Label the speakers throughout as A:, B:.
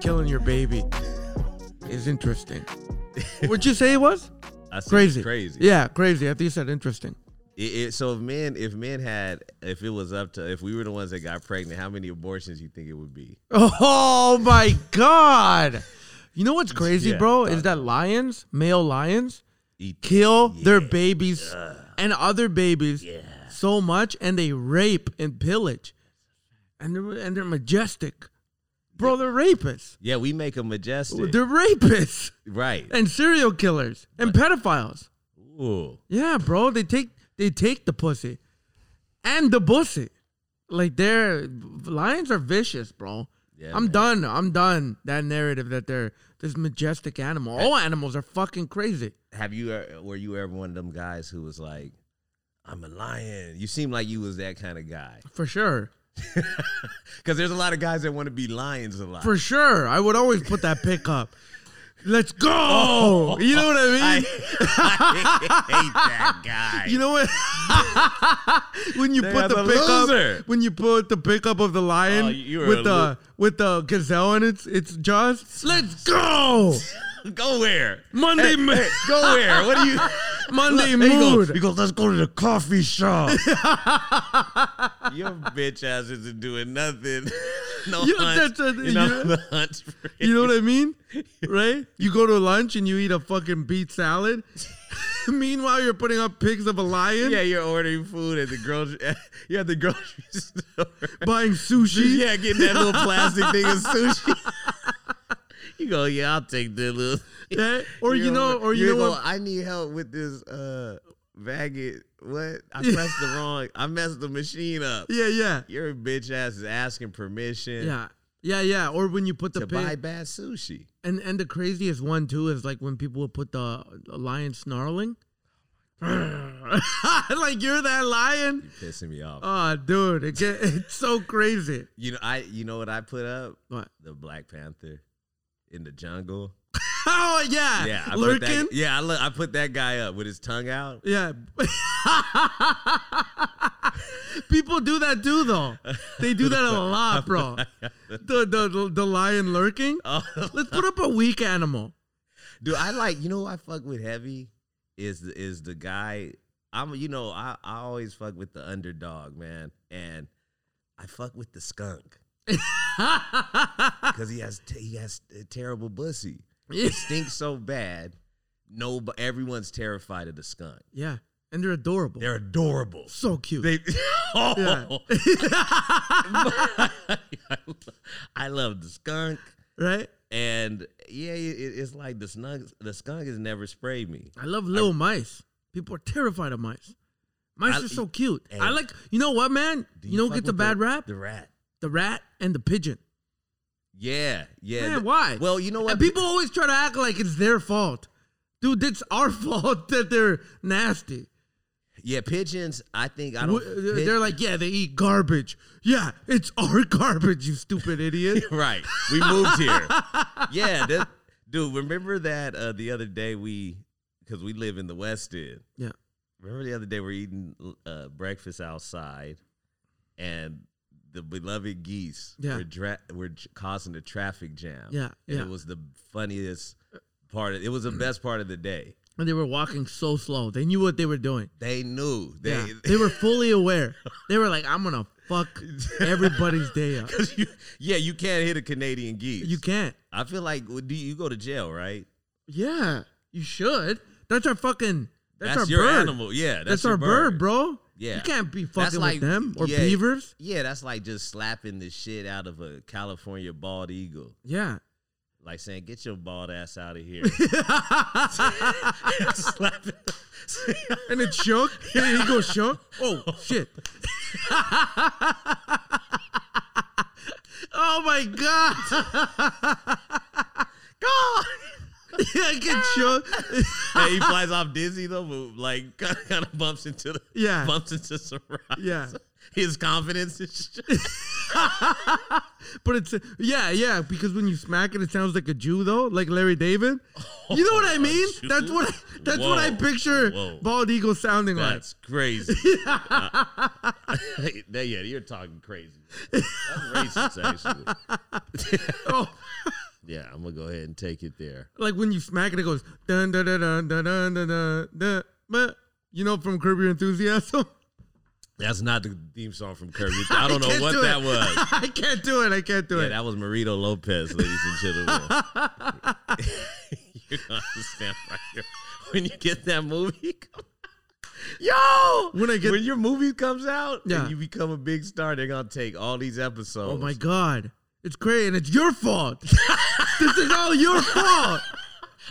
A: Killing your baby is interesting. Would you say it was
B: I said
A: crazy?
B: Crazy.
A: Yeah, crazy. I think you said interesting.
B: It, it, so if men, if men had, if it was up to, if we were the ones that got pregnant, how many abortions you think it would be?
A: Oh my god! You know what's crazy,
B: Yeah,
A: bro? Is that lions, male lions,
B: Eat-
A: kill their
B: Yeah.
A: babies and other babies
B: Yeah.
A: so much, and they rape and pillage, and they're, and they're majestic, bro. They're rapists.
B: Yeah, we make them majestic.
A: They're rapists
B: right.
A: and serial killers and pedophiles.
B: Ooh.
A: Yeah, bro. They take they take the pussy and the pussy. Like they're lions are vicious, bro.
B: Yeah,
A: I'm
B: man.
A: done. I'm done. That narrative that they're this majestic animal. All animals are fucking crazy.
B: Have you, e- were you ever one of them guys who was like, I'm a lion? You seem like you was that kind of guy.
A: For sure.
B: Because there's a lot of guys that want to be lions a lot.
A: For sure. I would always put that pick up. Let's go. You know what I
B: Oh. I,
A: mean?
B: I hate that guy.
A: You know what? when you
B: They
A: put
B: have
A: the
B: a loser.
A: pickup, when you put the pickup of the lion
B: Oh, you are
A: with
B: a
A: the
B: lo-
A: with the gazelle in its its jaws. Let's go,
B: go where?
A: Monday
B: Hey,
A: mo-
B: hey, go where? What do you?
A: Monday
B: There you go.
A: mood.
B: You go, let's go to the coffee shop. Your bitch ass isn't doing nothing. No
A: You-
B: hunts.
A: that's a-
B: you know,
A: you-
B: the hunts for
A: You know
B: it.
A: what I mean? Right? You go to lunch and you eat a fucking beet salad. Meanwhile, you're putting up pigs of a lion,
B: Yeah, you're ordering food at the grocery. You're at the grocery store.
A: buying sushi.
B: yeah, getting that little plastic thing of sushi. you go, yeah, I'll take the little.
A: right? Or you
B: You're
A: know,
B: over-
A: or you
B: you're
A: know
B: going,
A: what?
B: I need help with this uh maggot. What? I pressed the wrong. I messed the machine up.
A: Yeah, yeah,
B: Your bitch ass is asking permission
A: yeah, yeah, yeah. Or when you put the
B: to
A: pig,
B: buy bad sushi.
A: And and the craziest one too is like when people would put the lion snarling. like you're that lion.
B: Pissing me off.
A: Oh, dude, it get, it's so crazy.
B: you know, I you know what I put up?
A: What?
B: The Black Panther in the jungle.
A: Oh yeah,
B: Yeah, I Put
A: lurking.
B: that, yeah, I, look, I put that guy up with his tongue out.
A: Yeah. People do that too, though. They do that a lot, bro. The the the lion lurking.
B: Oh,
A: Let's put up a weak animal.
B: dude, I like you know who I fuck with heavy is the, is the guy. I'm you know I I always fuck with the underdog man, and I fuck with the skunk because he has t- he has a terrible pussy. It stinks so bad. No, but everyone's terrified of the skunk.
A: yeah, and they're adorable.
B: They're adorable.
A: so cute.
B: They, oh, I love the skunk,
A: right?
B: and yeah, it, it's like the skunk. The skunk has never sprayed me.
A: I love little mice. People are terrified of mice. Mice
B: I-
A: are so cute.
B: Hey.
A: I like. You know what, man?
B: Do
A: you know,
B: fuck
A: get the
B: with
A: bad rap.
B: The rat.
A: The rat and the pigeon.
B: Yeah, yeah.
A: Man,
B: th-
A: why?
B: Well, you know what?
A: And people always try to act like it's their fault. Dude, it's our fault that they're nasty.
B: yeah, pigeons. I think I don't.
A: W-
B: pig-
A: uh, They're like, yeah, they eat garbage. Yeah, it's our garbage, you stupid idiot.
B: right. We moved here. yeah, that, dude. Remember that uh, the other day we, because we live in the West End.
A: Yeah.
B: Remember the other day we're eating uh, breakfast outside, and the beloved geese
A: Yeah.
B: were dra- were j- causing a traffic jam.
A: Yeah,
B: and
A: yeah. Uh, mm.
B: it was the funniest part. Of, it was the best part of the day.
A: And they were walking so slow. They knew what they were doing.
B: They knew they.
A: yeah. they were fully aware. They were like, I'm going to fuck everybody's day up.
B: 'Cause you, yeah, you can't hit a Canadian geese.
A: You can't.
B: I feel like well, do you, you go to jail, right?
A: Yeah, you should. That's our fucking. That's, our
B: your
A: bird.
B: animal. Yeah, that's,
A: That's,
B: your
A: our bird. bro.
B: Yeah.
A: you can't be fucking
B: That's like-
A: with them or
B: yeah.
A: beavers.
B: Yeah, that's like just slapping the shit out of a California bald eagle.
A: Yeah,
B: Like saying, "Get your bald ass out of here!"
A: and
B: Slapping.
A: it shook. The eagle shook. Oh shit! oh my god!
B: God.
A: yeah, it gets shook.
B: yeah, he flies off dizzy though, but like kind of bumps into the
A: Yeah.
B: bumps into some rocks.
A: Yeah.
B: his confidence is.
A: But it's yeah, yeah. Because when you smack it, it sounds like a Jew though, like Larry David. You know what I mean?
B: Jew?
A: That's what I, that's what I
B: Whoa,
A: picture
B: whoa.
A: bald eagle sounding like.
B: That's crazy. Uh, yeah, you're talking crazy. That's racist, actually.
A: Oh,
B: Yeah, I'm gonna go ahead and take it there.
A: like when you smack it, it goes dun dun dun dun dun dun dun dun. dun but you know from Curb Your Enthusiasm.
B: That's not the theme song from Kirby. I don't know
A: can't
B: what
A: do
B: that
A: it.
B: was.
A: I can't do it. I can't do
B: Yeah,
A: it.
B: that was Marito Lopez, ladies and gentlemen. you don't understand right here. When you get that movie, come- yo,
A: When I get-
B: when your movie comes out
A: Yeah.
B: and you become a big star, they're gonna take all these episodes.
A: Oh my god. It's crazy and it's your fault. this is all your fault.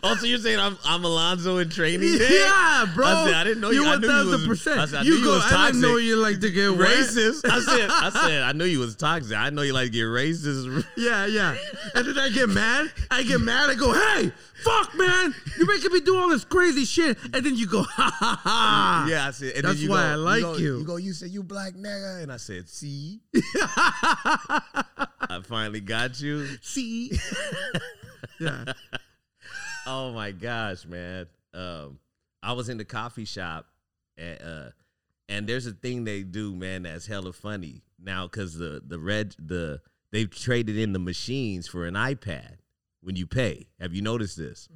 B: Also, you're saying I'm, I'm Alonzo in training? Day?
A: yeah, bro.
B: I said, I didn't know you. I knew you was- I said, I knew you was
A: I didn't know
B: toxic.
A: you like to get wet.
B: Racist. I said. I said. I knew you was toxic. I know you like to get racist.
A: Yeah, yeah. And then I get mad. I get mad. I go, hey, fuck, man. You're making me do all this crazy shit. And then you go, ha ha ha.
B: Yeah, I said. And
A: That's
B: then you
A: why
B: go,
A: I like
B: go-
A: you.
B: You go. You said you black nigga, and I said, see. I finally got you.
A: See? yeah.
B: Oh my gosh, man. Um, I was in the coffee shop, and uh, and there's a thing they do, man, that's hella funny now because the the red the they've traded in the machines for an iPad when you pay. Have you noticed this?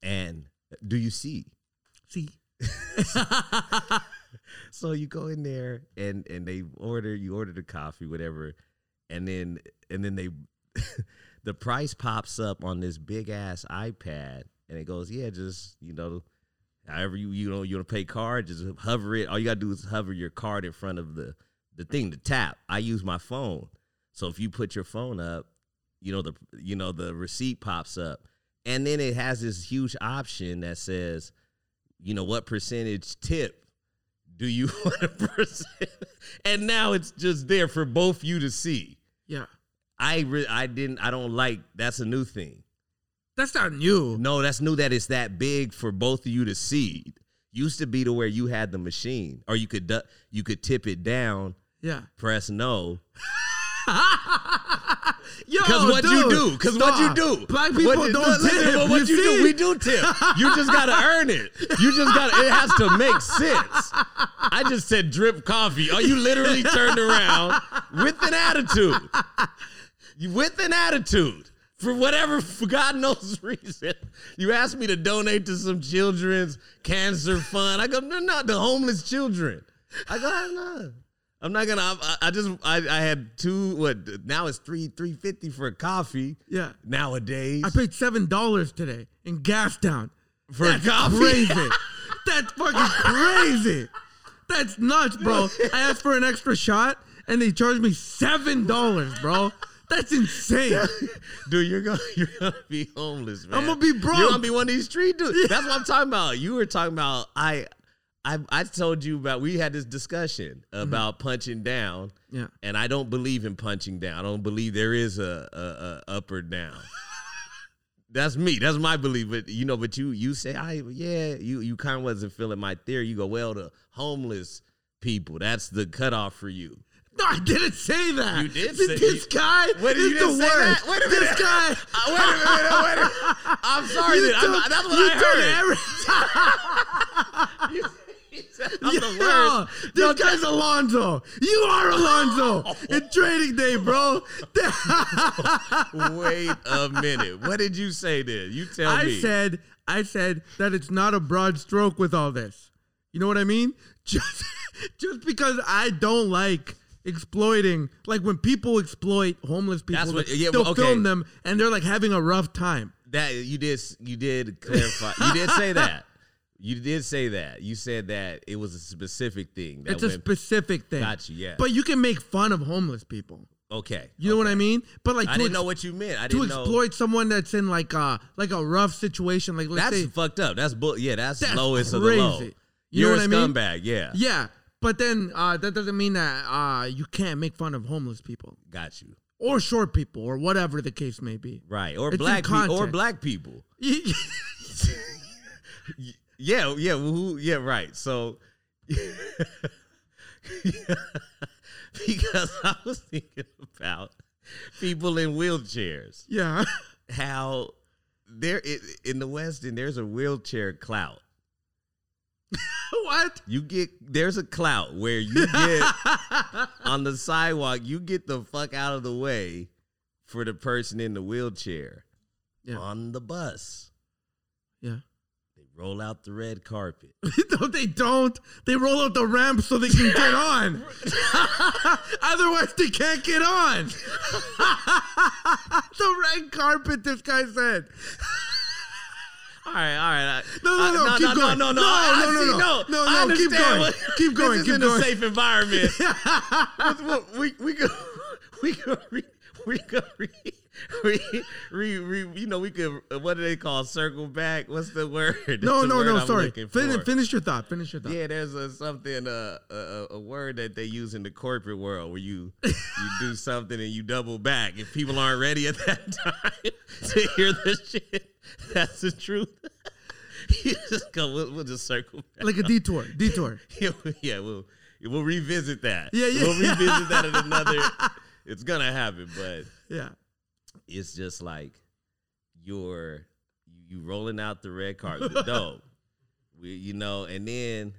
B: And do you see?
A: See?
B: So you go in there and and they order you order the coffee whatever, and then and then they the price pops up on this big ass iPad and it goes yeah just you know however you you know you want to pay card just hover it all you gotta do is hover your card in front of the the thing the tap I use my phone so if you put your phone up you know the you know the receipt pops up and then it has this huge option that says you know what percentage tip do you want a percent? And now it's just there for both you to see.
A: Yeah.
B: I re- I didn't I don't like that's a new thing.
A: That's not new.
B: No, that's new that it's that big for both of you to see. Used to be to where you had the machine or you could du- you could tip it down,
A: Yeah.
B: press no.
A: Yo,
B: Cuz what you
A: Oh, dude,
B: do? Cuz what you
A: stop.
B: do?
A: Black
B: What
A: people
B: you-
A: don't
B: no, listen,
A: tip.
B: but what
A: you
B: you,
A: see?
B: do? We do tip. You just got to earn it. You just got to it has to make sense. I just said drip coffee. Are you literally turned around with an attitude? You- With an attitude. For whatever, for God knows reason, you asked me to donate to some children's cancer fund. I go, no, not the homeless children. I go, "I know." I'm not gonna. I, I just, I, I had two. What now? It's three, three fifty for a coffee
A: Yeah.
B: nowadays
A: I paid seven dollars today in Gastown.
B: for a coffee.
A: Crazy. That's fucking crazy. That's nuts, bro. I asked for an extra shot and they charged me seven dollars, bro. That's insane.
B: Dude, you're gonna you're gonna be homeless, man.
A: I'm gonna be broke.
B: You're gonna be one of these street dudes. That's what I'm talking about. You were talking about I I I told you about we had this discussion about punching down.
A: Mm-hmm. Yeah.
B: And I don't believe in punching down. I don't believe there is a, a, a up or down. That's me. That's my belief. But you know, but you you say I yeah, you you kind of wasn't feeling my theory. You go, well, the homeless people, that's the cutoff for you.
A: No, I didn't say that.
B: You did
A: This,
B: say-
A: this guy
B: Wait,
A: is
B: you didn't
A: the
B: say
A: worst.
B: that? Wait a
A: this
B: minute.
A: guy.
B: Uh, wait a minute, wait a minute. I'm sorry.
A: you
B: then. I'm-
A: took-
B: that's what
A: you took every-
B: I heard. I'm the
A: Yeah,
B: worst.
A: this guy's Alonzo. You are Alonzo in trading day, bro.
B: Wait a minute. What did you say then? You tell
A: I
B: me.
A: said, I said that it's not a broad stroke with all this. You know what I mean? Just, just because I don't like exploiting, like when people exploit homeless people,
B: That's what- yeah,
A: they'll
B: well, okay.
A: film them and they're like having a rough time.
B: that you did you did clarify. you did say that. You did say that. You said that it was a specific thing. That
A: It's a
B: went-
A: specific thing.
B: Got you, yeah.
A: But you can make fun of homeless people.
B: okay.
A: You know what I mean? But like
B: I
A: to,
B: didn't
A: ex-
B: know what you meant. I
A: to
B: didn't know.
A: exploit someone that's in like a like a rough situation, like let's
B: That's
A: say
B: fucked up. That's bull. Yeah, that's,
A: That's
B: lowest of the low.
A: crazy. You
B: You
A: know
B: are
A: what I
B: a
A: mean?
B: scumbag. Yeah.
A: yeah. But then uh, that doesn't mean that uh, you can't make fun of homeless people.
B: Got you.
A: or short people or whatever the case may be.
B: Right. Or
A: It's in
B: black pe- or
A: context.
B: black people.
A: yeah,
B: Yeah, yeah, who, yeah, right. So, because I was thinking about people in wheelchairs.
A: Yeah.
B: How there i- in the West End, there's a wheelchair clout.
A: what?
B: You get there's a clout where you get on the sidewalk, you get the fuck out of the way for the person in the wheelchair
A: Yeah.
B: on the bus.
A: Yeah.
B: They roll out the red carpet.
A: no, they don't. They roll out the ramp so they can get on. Otherwise, they can't get on. the red carpet, this guy said.
B: All right, all right. I-
A: No, no,
B: I-
A: no, keep
B: no,
A: going.
B: no, no,
A: No,
B: I- I
A: no, no, no.
B: see-
A: No,
B: I
A: no, keep
B: understand
A: going.
B: what-
A: Keep going,
B: This is
A: keep
B: in
A: going.
B: a safe environment. we we could we could re, we could re, re, re, re, you know we could uh, what do they call circle back? What's the word? That's
A: No,
B: the
A: no,
B: word
A: no,
B: I'm
A: sorry.
B: looking
A: Fin-
B: for.
A: finish your thought. Finish your thought.
B: Yeah, there's a something uh, a a- a word that they use in the corporate world where you you do something and you double back if people aren't ready at that time to hear the shit. That's the truth. you just go. We'll, we'll just circle back.
A: Like a detour. Detour.
B: yeah, we'll we'll revisit that.
A: Yeah, yeah.
B: We'll revisit that at another. It's gonna happen, but
A: Yeah.
B: it's just like you're you rolling out the red carpet. no, we, you know, and then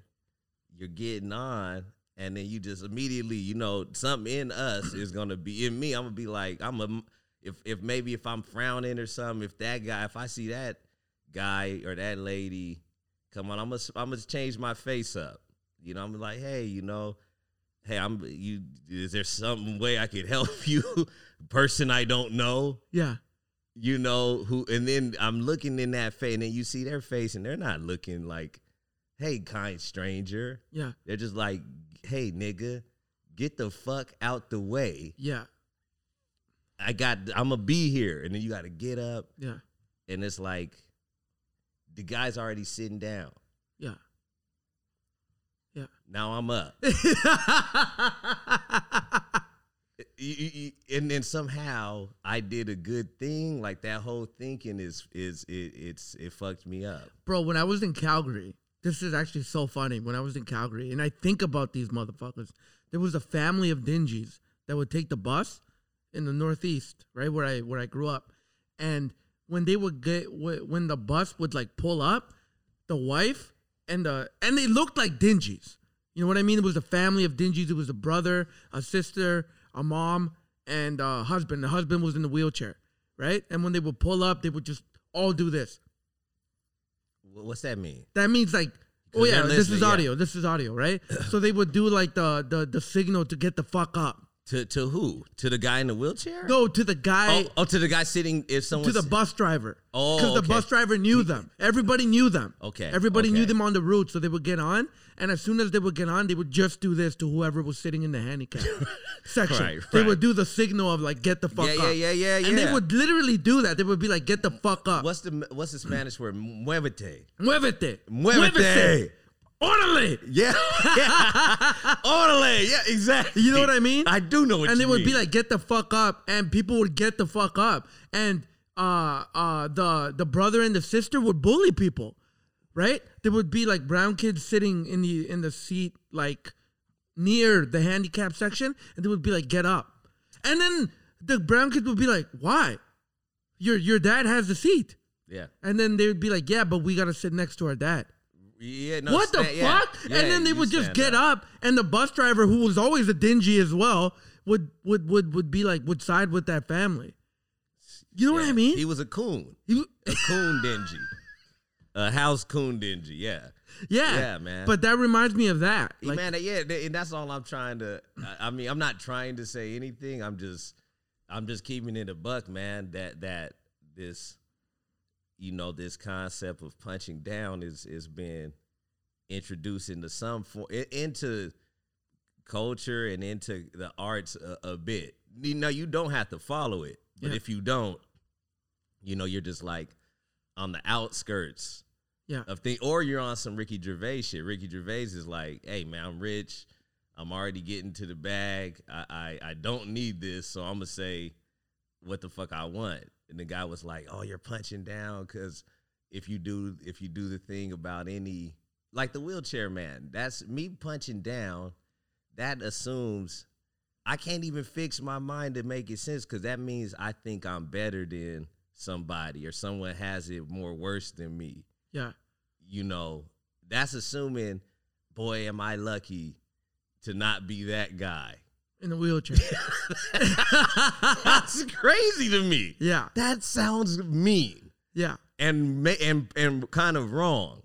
B: you're getting on, and then you just immediately, you know, something in us is gonna be in me. I'm gonna be like, I'm a if if maybe if I'm frowning or something, if that guy, if I see that guy or that lady, come on, I'm gonna I'm gonna change my face up. You know, I'm like, hey, you know. Hey, I'm you. Is there some way I could help you, person I don't know?
A: Yeah.
B: you know who and then i'm looking in that face and then you see their face and they're not looking like hey kind stranger
A: Yeah.
B: they're just like hey nigga get the fuck out the way
A: Yeah.
B: i got i'm gonna be here and then you gotta get up
A: Yeah.
B: and it's like the guy's already sitting down
A: Yeah.
B: now i'm up Y- y- y- and then somehow i did a good thing like that whole thinking is is it, it's it fucked me up
A: Bro, when I was in Calgary, this is actually so funny. When I was in Calgary, and I think about these motherfuckers, there was a family of dingies that would take the bus in the Northeast, right where I where I grew up, and when they would get wh- when the bus would like pull up, the wife and the and they looked like dingies. You know what I mean? It was a family of dingies. It was a brother, a sister, a mom, and a husband. The husband was in the wheelchair, right? And when they would pull up, they would just all do this.
B: Wh- what's that mean
A: That means like, oh
B: 'Cause
A: yeah,
B: they're
A: this is
B: listening, yeah.
A: audio. This is audio, right? so they would do like the the the signal to get the fuck up.
B: To to who? To the guy in the wheelchair?
A: No, to the guy,
B: Oh, oh, to the guy sitting if someone
A: to the bus driver.
B: Oh,
A: because the
B: okay.
A: bus driver knew them. Everybody knew them.
B: Okay,
A: Everybody knew
B: okay.
A: them on the route, so they would get on, and as soon as they would get on, they would just do this to whoever was sitting in the handicap section.
B: Right,
A: They
B: right.
A: would do the signal of like get the fuck
B: Yeah,
A: up.
B: yeah, yeah, yeah,
A: And they
B: yeah.
A: would literally do that. They would be like, get the fuck up.
B: What's the what's the Spanish word? Muévete.
A: Muévete.
B: Muévete.
A: Orderly.
B: Yeah. yeah. Orale. Yeah, exactly.
A: You know what I mean?
B: I do know what
A: and
B: you
A: it would be
B: mean.
A: like get the fuck up and people would get the fuck up and uh uh the the brother and the sister would bully people right there would be like brown kids sitting in the in the seat like near the handicap section and they would be like get up and then the brown kids would be like why your your dad has the seat
B: Yeah.
A: and then they would be like yeah but we gotta sit next to our dad
B: Yeah, no,
A: what the
B: sta- yeah.
A: fuck?
B: Yeah,
A: and then they
B: you
A: would just
B: stand
A: get up. and the bus driver, who was always a dingy as well, would would would would be like would side with that family. You know what I
B: Yeah.
A: mean?
B: He was a coon.
A: He w-
B: A coon dingy. A house coon dingy, yeah.
A: yeah,
B: Yeah, man.
A: But that reminds me of that.
B: Yeah,
A: Like,
B: man, yeah, th- and that's all I'm trying to. I- I mean, I'm not trying to say anything. I'm just, I'm just keeping it a buck, man. That that this, you know, this concept of punching down is is been introduced into some form into culture and into the arts a, a bit. You know, you don't have to follow it, but
A: Yeah.
B: if you don't, you know, you're just like on the outskirts
A: yeah,
B: of thing, or you're on some Ricky Gervais shit. Ricky Gervais is like, "Hey man, I'm rich. I'm already getting to the bag. I I, I don't need this, so I'm gonna say what the fuck I want." And the guy was like, "Oh, you're punching down because if you do if you do the thing about any like the wheelchair man, that's me punching down. That assumes I can't even fix my mind to make it sense because that means I think I'm better than somebody or someone has it more worse than me.
A: Yeah.
B: You know, that's assuming, boy, am I lucky to not be that guy.
A: In the wheelchair.
B: that's crazy to me.
A: yeah.
B: That sounds mean
A: Yeah.
B: and ma- and and kind of wrong.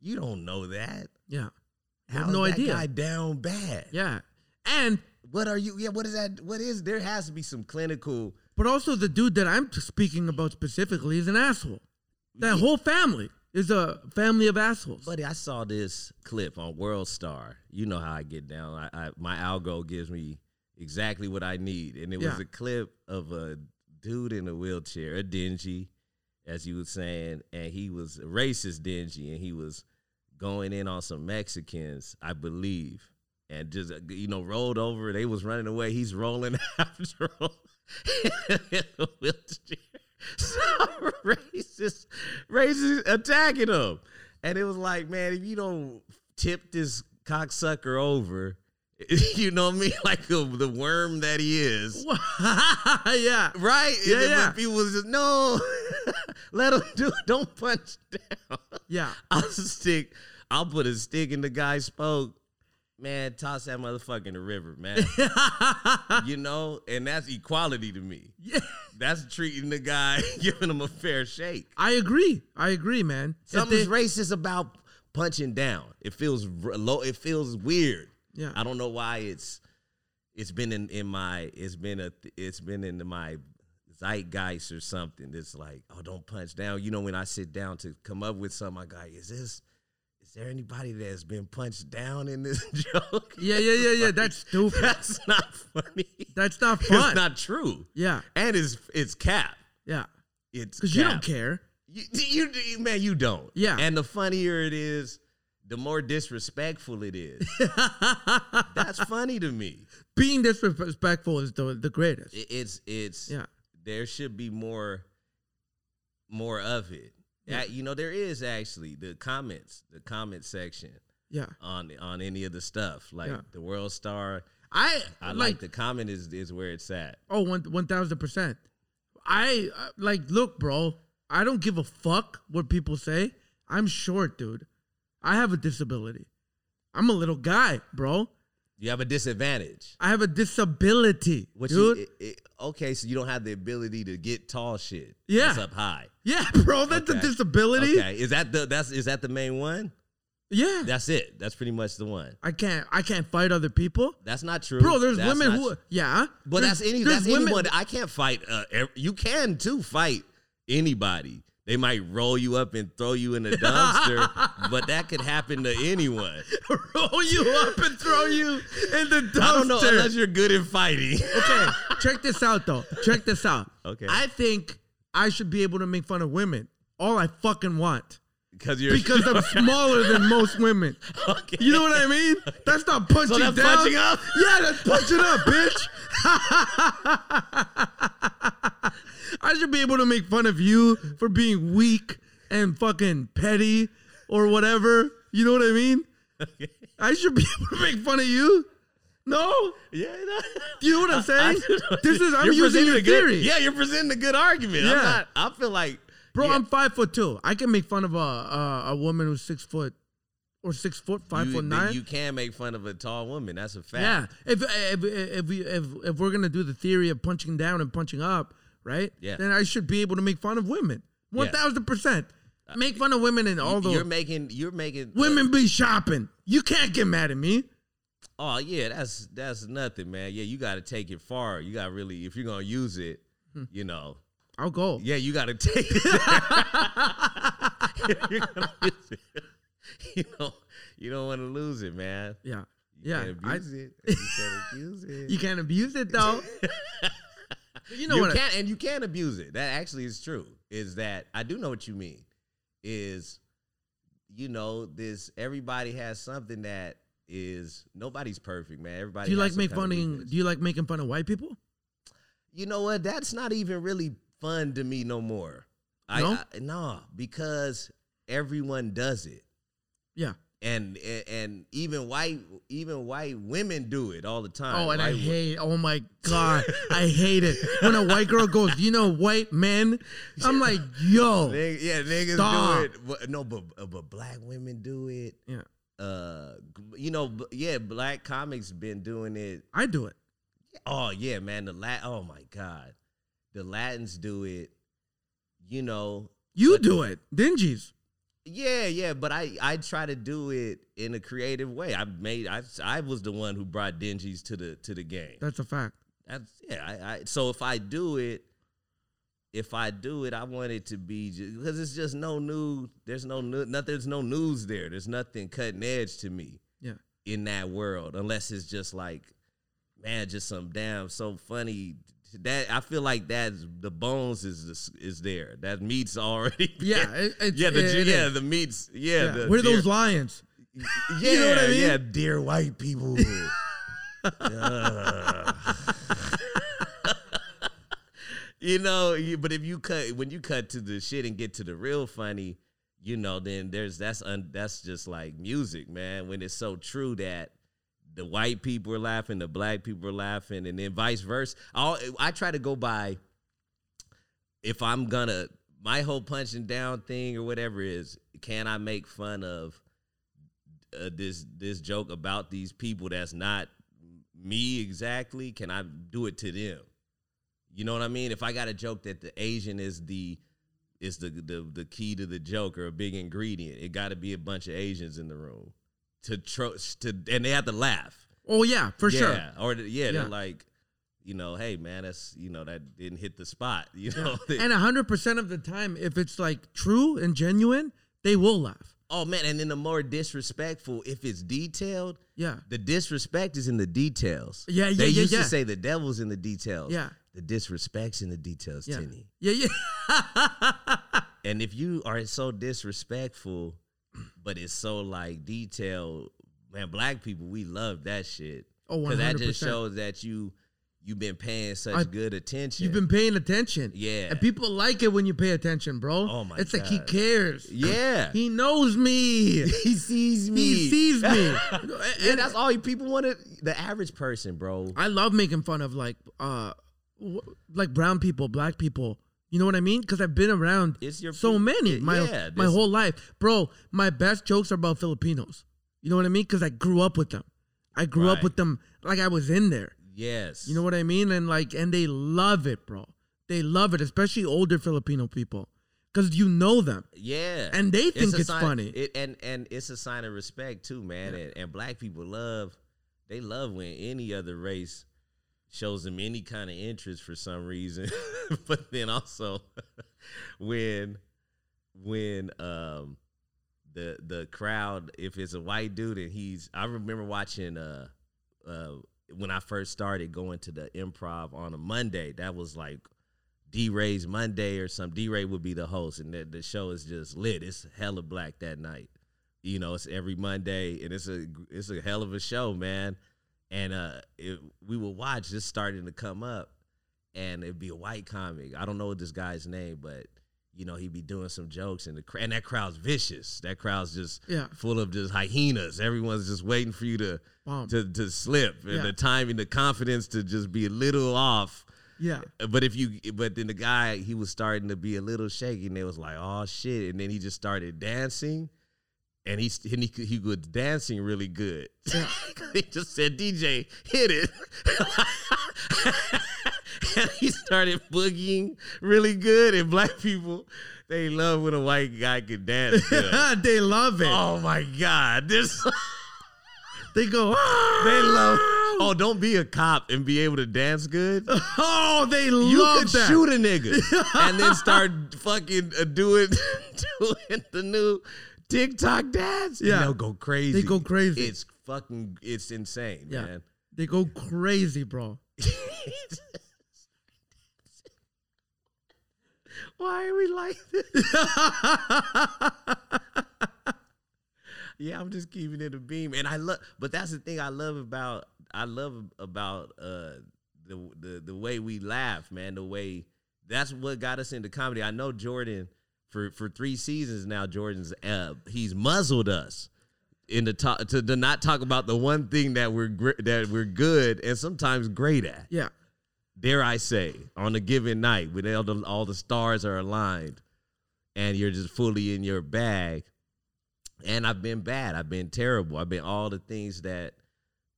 B: You don't know that.
A: Yeah. I have
B: How's
A: no
B: that
A: idea.
B: guy down bad?
A: Yeah. And
B: What are you? Yeah. What is that? What is there? Has to be some clinical.
A: but also the dude that I'm t- speaking about specifically is an asshole. That whole family is a family of assholes.
B: Buddy, I saw this clip on World Star. You know how I get down. I, I my algo gives me exactly what I need, and it was
A: Yeah.
B: a clip of a dude in a wheelchair, a dingy, as you were saying, and he was a racist dingy, and he was going in on some Mexicans, I believe, and just uh, you know rolled over. They was running away. He's rolling after him in a wheelchair. Some racist, racist attacking him, and it was like, man, if you don't tip this cocksucker over. You know what I mean? Like the, the worm that he is.
A: yeah.
B: Right?
A: Yeah,
B: And
A: yeah.
B: If people was just, no, let him do it. Don't punch down.
A: Yeah.
B: I'll stick. I'll put a stick in the guy's spoke. Man, toss that motherfucker in the river, man. you know, and that's equality to me.
A: Yeah.
B: That's treating the guy, giving him a fair shake.
A: I agree. I agree, man. If
B: Something's
A: they-
B: racist about punching down. It feels r- low. It feels weird.
A: Yeah.
B: I don't know why it's it's been in, in my it's been a th- it's been in my zeitgeist or something. It's like oh, don't punch down. You know, when I sit down to come up with something, I go, is this is there anybody that has been punched down in this joke?
A: Yeah, yeah, yeah, yeah.
B: Like,
A: That's stupid.
B: that's not funny.
A: That's not
B: it's
A: fun.
B: not true.
A: yeah.
B: And it's it's cap.
A: Yeah.
B: It's
A: Because you
B: cap.
A: don't care.
B: You, you, you- man, you don't.
A: Yeah.
B: And the funnier it is, the more disrespectful it is. That's funny to me.
A: Being disrespectful is the, the greatest.
B: It- it's it's
A: Yeah.
B: There should be more, more of it.
A: Yeah.
B: That- you know, there is actually the comments, the comment section
A: Yeah.
B: on on any of the stuff like
A: Yeah.
B: the World Star.
A: I,
B: I like,
A: like,
B: the comment is is where it's at.
A: Oh, one one thousand percent. I uh, like look, bro. I don't give a fuck what people say. I'm short, dude. I have a disability. I'm a little guy, bro.
B: You have a disadvantage.
A: I have a disability,
B: Which
A: dude.
B: You, it- it- okay, so you don't have the ability to get tall shit.
A: Yeah.
B: that's up high.
A: yeah, bro. That's a
B: Okay.
A: disability.
B: Okay, is that the that's is that the main one?
A: Yeah.
B: That's it. That's pretty much the one.
A: I can't. I can't fight other people,
B: That's not true,
A: bro. There's
B: That's
A: women
B: not
A: who.
B: tr-
A: Yeah.
B: but
A: there's-
B: that's any.
A: there's
B: That's anyone. I can't fight. Uh, ev- you can too fight anybody. They might roll you up and throw you in a dumpster, but that could happen to anyone.
A: roll you up and throw you in the dumpster.
B: I don't know unless you're good at fighting.
A: okay, check this out though. Check this out.
B: Okay.
A: I think I should be able to make fun of women all I fucking want
B: because you're
A: because I'm smaller than most women.
B: okay.
A: You know what I mean? That's not punching
B: that's
A: down.
B: punching up?
A: Yeah, that's punching up, bitch. I should be able to make fun of you for being weak and fucking petty or whatever. You know what I mean? I should be able to make fun of you. No,
B: Yeah, no.
A: you know what I'm
B: I
A: saying?
B: don't know.
A: this is I'm
B: You're
A: using
B: presenting
A: the
B: a good-
A: theory.
B: yeah, you're presenting a good argument.
A: Yeah.
B: I'm not. I feel like,
A: Bro,
B: yeah.
A: I'm five foot two. I can make fun of a a, a woman who's six foot or six foot five
B: you,
A: foot
B: then
A: nine.
B: You can make fun of a tall woman. That's a fact.
A: yeah, if if if, we, if if we're gonna do the theory of punching down and punching up, right?
B: Yeah.
A: Then I should be able to make fun of women. One thousand percent. Make fun of women and all
B: Uh, You're
A: those
B: making. You're making uh,
A: women be shopping. You can't get mad at me.
B: Oh yeah, that's that's nothing, man. Yeah, you got to take it far. You got to really, if you're gonna use it,
A: Hmm.
B: you know.
A: I'll go.
B: Yeah, you got to take it. there. If you're gonna use it, you know, you don't want to lose it, man.
A: Yeah.
B: You
A: Yeah.
B: can't
A: I-
B: abuse it. You can't abuse it.
A: you can't abuse it though. you know
B: you
A: what? I-
B: can and you can abuse it. That actually is true. Is that I do know what you mean. Is you know this everybody has something that is nobody's perfect, man. Everybody
A: do you
B: has
A: like
B: some
A: make
B: kind of
A: fun
B: weakness.
A: of, do you like making fun of white people?
B: you know what? That's not even really fun to me no more. I,
A: No?
B: I nah, because everyone does it.
A: Yeah.
B: and and, and even white even white women do it all the time.
A: Oh, and I
B: White wo-
A: hate. Oh my god, I hate it when a white girl goes. You know, white men. I'm like, yo,
B: Nigga- yeah, niggas
A: Stop.
B: do it. But, no, but uh, but black women do it.
A: Yeah.
B: Uh, g- you know, b- yeah, black comics been doing it.
A: I do it.
B: Oh yeah, man. The lat. Oh my god, the Latins do it. You know.
A: You do it. Dingies.
B: Yeah, yeah, but I I try to do it in a creative way. I made I I was the one who brought Denji's to the to the game.
A: That's a fact.
B: That's yeah. I, I so if I do it, if I do it, I want it to be because it's just no new. There's no new. Not, there's no news there. There's nothing cutting edge to me.
A: Yeah.
B: In that world, unless it's just like, man, just some damn so funny. That I feel like that's the bones is the- is there. That meat's already.
A: Yeah. It, it's,
B: Yeah, the
A: it-
B: ju-
A: it
B: yeah,
A: is.
B: the meats. Yeah,
A: Yeah.
B: the
A: We're
B: deer-
A: those lions.
B: Yeah,
A: know what I mean?
B: yeah, dear white people. Ugh. you know, you, but if you cut when you cut to the shit and get to the real funny, you know, then there's that's un, that's just like music, man. When it's so true that the white people are laughing, the black people are laughing, and then vice versa. All I try to go by if I'm gonna my whole punching down thing or whatever is, can I make fun of uh, this this joke about these people that's not me exactly? Can I do it to them? You know what I mean? If I got a joke that the Asian is the is the the, the key to the joke or a big ingredient, it got to be a bunch of Asians in the room to tro- to and they have to laugh
A: Oh yeah, for
B: yeah.
A: sure.
B: Or the- yeah,
A: Yeah.
B: they're like, you know, hey man, that's you know that didn't hit the spot. You know,
A: And hundred percent of the time, if it's like true and genuine, they will laugh.
B: oh man, and then the more disrespectful, if it's detailed,
A: Yeah.
B: the disrespect is in the details.
A: Yeah, yeah,
B: They
A: yeah,
B: used
A: yeah.
B: to say the devil's in the details.
A: Yeah.
B: the disrespect's in the details,
A: Yeah.
B: Tenny.
A: Yeah. Yeah.
B: And if you are so disrespectful, but it's so like detailed, man, black people we love that shit.
A: Oh, one
B: Because that
A: hundred
B: just
A: percent.
B: shows that you you've been paying such
A: I-
B: good attention.
A: You've been paying attention.
B: Yeah.
A: And people like it when you pay attention, bro.
B: Oh, my
A: It's like he
B: God.
A: cares.
B: yeah.
A: He knows me.
B: he sees me.
A: He sees me.
B: and that's all people want to. The average person, bro.
A: I love making fun of like uh wh- like brown people, black people. You know what I mean? Because I've been around
B: It's your
A: so
B: peop-
A: many
B: yeah,
A: my
B: yeah,
A: my
B: this-
A: whole life, bro. My best jokes are about Filipinos. You know what I mean? Because I grew up with them. I grew up
B: Right.
A: with them like I was in there.
B: Yes.
A: You know what I mean? And like, and they love it, bro. They love it, especially older Filipino people, because you know them.
B: Yeah.
A: And they think
B: a
A: it's
B: sign-
A: funny.
B: It, and and it's a sign of respect too, man. And, and black people love. They love when any other race shows them any kind of interest for some reason, but then also when when um the the crowd if it's a white dude and he's I remember watching uh uh when I first started going to the improv on a Monday that was like D Ray's Monday or some D Ray would be the host and the, the show is just lit it's hella black that night you know it's every Monday and it's a it's a hell of a show man and uh it, we would watch this starting to come up and it'd be a white comic I don't know this guy's name but you know he'd be doing some jokes and the cra- and that crowd's vicious that crowd's just
A: Yeah.
B: full of just hyenas. Everyone's just waiting for you to
A: Bomb.
B: to, to slip, and
A: Yeah.
B: the timing, the confidence to just be a little off.
A: Yeah.
B: But if you, but then the guy, he was starting to be a little shaky, and it was like, oh shit! And then he just started dancing, and he and he he was dancing really good.
A: Yeah.
B: he just said, "DJ, hit it." and he started boogieing really good, and black people, they love when a white guy can dance. good.
A: they love it.
B: Oh my God! This
A: They go. "Ah!"
B: they love. Oh, don't be a cop and be able to dance good.
A: Oh, they
B: You
A: love
B: could
A: that.
B: shoot a nigga and then start fucking uh, doing doing the new TikTok dance.
A: Yeah.
B: Yeah, they'll go crazy.
A: They go crazy.
B: It's fucking. It's insane,
A: Yeah.
B: man.
A: They go crazy, bro.
B: Why are we like this? yeah, I'm just keeping it a beam, and I love. But that's the thing I love about I love about uh the the the way we laugh, man. The way that's what got us into comedy. I know Jordan for for three seasons now. Jordan's uh, he's muzzled us. in the top to, to not talk about the one thing that we're gr- that we're good and sometimes great at.
A: Yeah.
B: Dare I say, on a given night when all the, all the stars are aligned, and you're just fully in your bag. And I've been bad. I've been terrible. I've been all the things that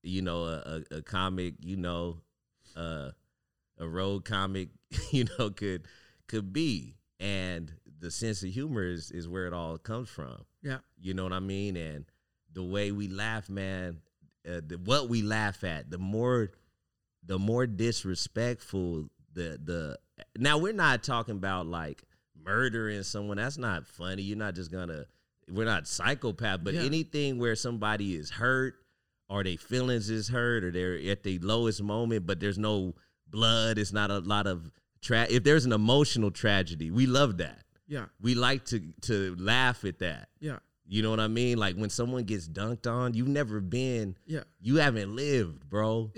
B: you know a, a, a comic, you know, uh, a road comic, you know, could could be. And the sense of humor is is where it all comes from.
A: Yeah.
B: You know what I mean? And the way we laugh, man, uh, the, what we laugh at, the more, the more disrespectful the the. Now we're not talking about like murdering someone. That's not funny. You're not just gonna. We're not psychopath, but
A: Yeah.
B: anything where somebody is hurt or their feelings is hurt or they're at the lowest moment, but there's no blood. It's not a lot of tra- If there's an emotional tragedy, we love that.
A: Yeah.
B: We like to to laugh at that.
A: Yeah.
B: You know what I mean? Like when someone gets dunked on, you've never been,
A: Yeah.
B: you haven't lived, bro,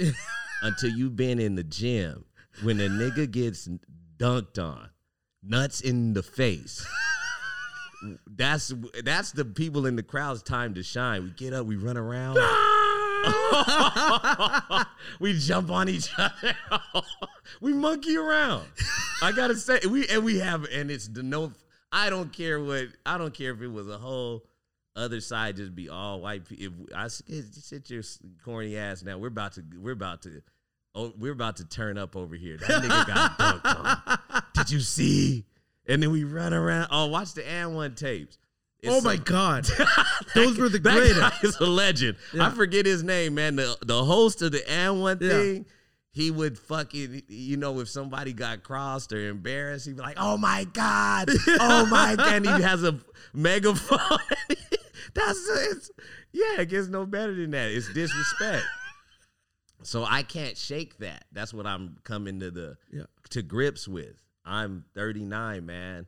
B: until you've been in the gym. When a nigga gets dunked on, nuts in the face. That's that's the people in the crowd's time to shine. We get up, we run around. we jump on each other. we monkey around. I gotta say, we and we have, and it's the no. I don't care what. I don't care if it was a whole other side, just be all white. pe- If I s- sit your s- corny ass now, we're about to. We're about to. Oh, we're about to turn up over here. That nigga got dunked on. Did you see? And then we run around. Oh, watch the and one tapes. It's
A: oh
B: so
A: my God. Those were the
B: that
A: greatest.
B: guy is a legend.
A: Yeah.
B: I forget his name, man. The the host of the and one
A: Yeah.
B: thing, he would fucking you know if somebody got crossed or embarrassed, he'd be like, "Oh my god, oh my god," and he has a megaphone. That's it's, yeah, it gets no better than that. It's disrespect. so I can't shake that. That's what I'm coming to the
A: Yeah.
B: to grips with. I'm 39, man.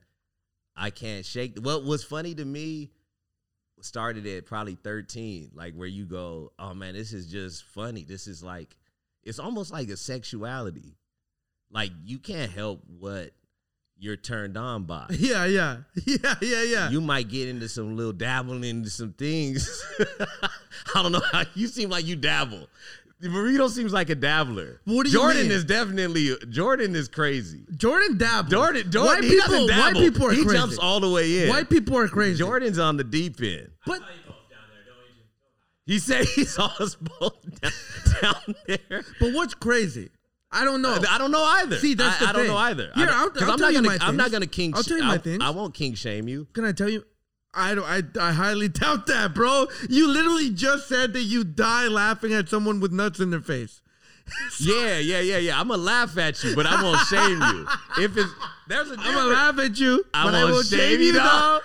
B: I can't shake. What was funny to me started at probably 13, like where you go, oh man, this is just funny. This is like, it's almost like a sexuality. Like you can't help what you're turned on by.
A: Yeah. Yeah. Yeah. Yeah. Yeah.
B: You might get into some little dabbling into some things. I don't know how you seem like you dabble. Burrito seems like a dabbler.
A: What do you
B: Jordan
A: mean?
B: is definitely Jordan is crazy.
A: Jordan dabbled.
B: Jordan, Jordan,
A: White
B: he
A: people.
B: doesn't
A: White
B: dabble.
A: people are
B: he
A: crazy.
B: jumps all the way in.
A: White people are crazy.
B: Jordan's on the deep end.
A: But
B: He said he saw us both down, down there.
A: but what's crazy? I don't know.
B: I don't know either.
A: Oh. See, that's the
B: I, I don't
A: thing.
B: know either.
A: Here,
B: I don't-
A: I'll-
B: 'cause
A: I'll
B: I'm
A: tell
B: not
A: you
B: gonna,
A: my
B: I'm
A: things.
B: not gonna king.
A: I'll
B: sh-
A: tell you my
B: I-
A: things.
B: I won't king shame you.
A: Can I tell you? I don't. I, I highly doubt that, bro. You literally just said that you die laughing at someone with nuts in their face.
B: Yeah, yeah, yeah, yeah. I'm gonna laugh at you, but I won't shame you. If it's there's a
A: I'm gonna laugh at you,
B: I
A: but I
B: won't
A: won't
B: shame
A: shame
B: you,
A: you,
B: dog.
A: dog.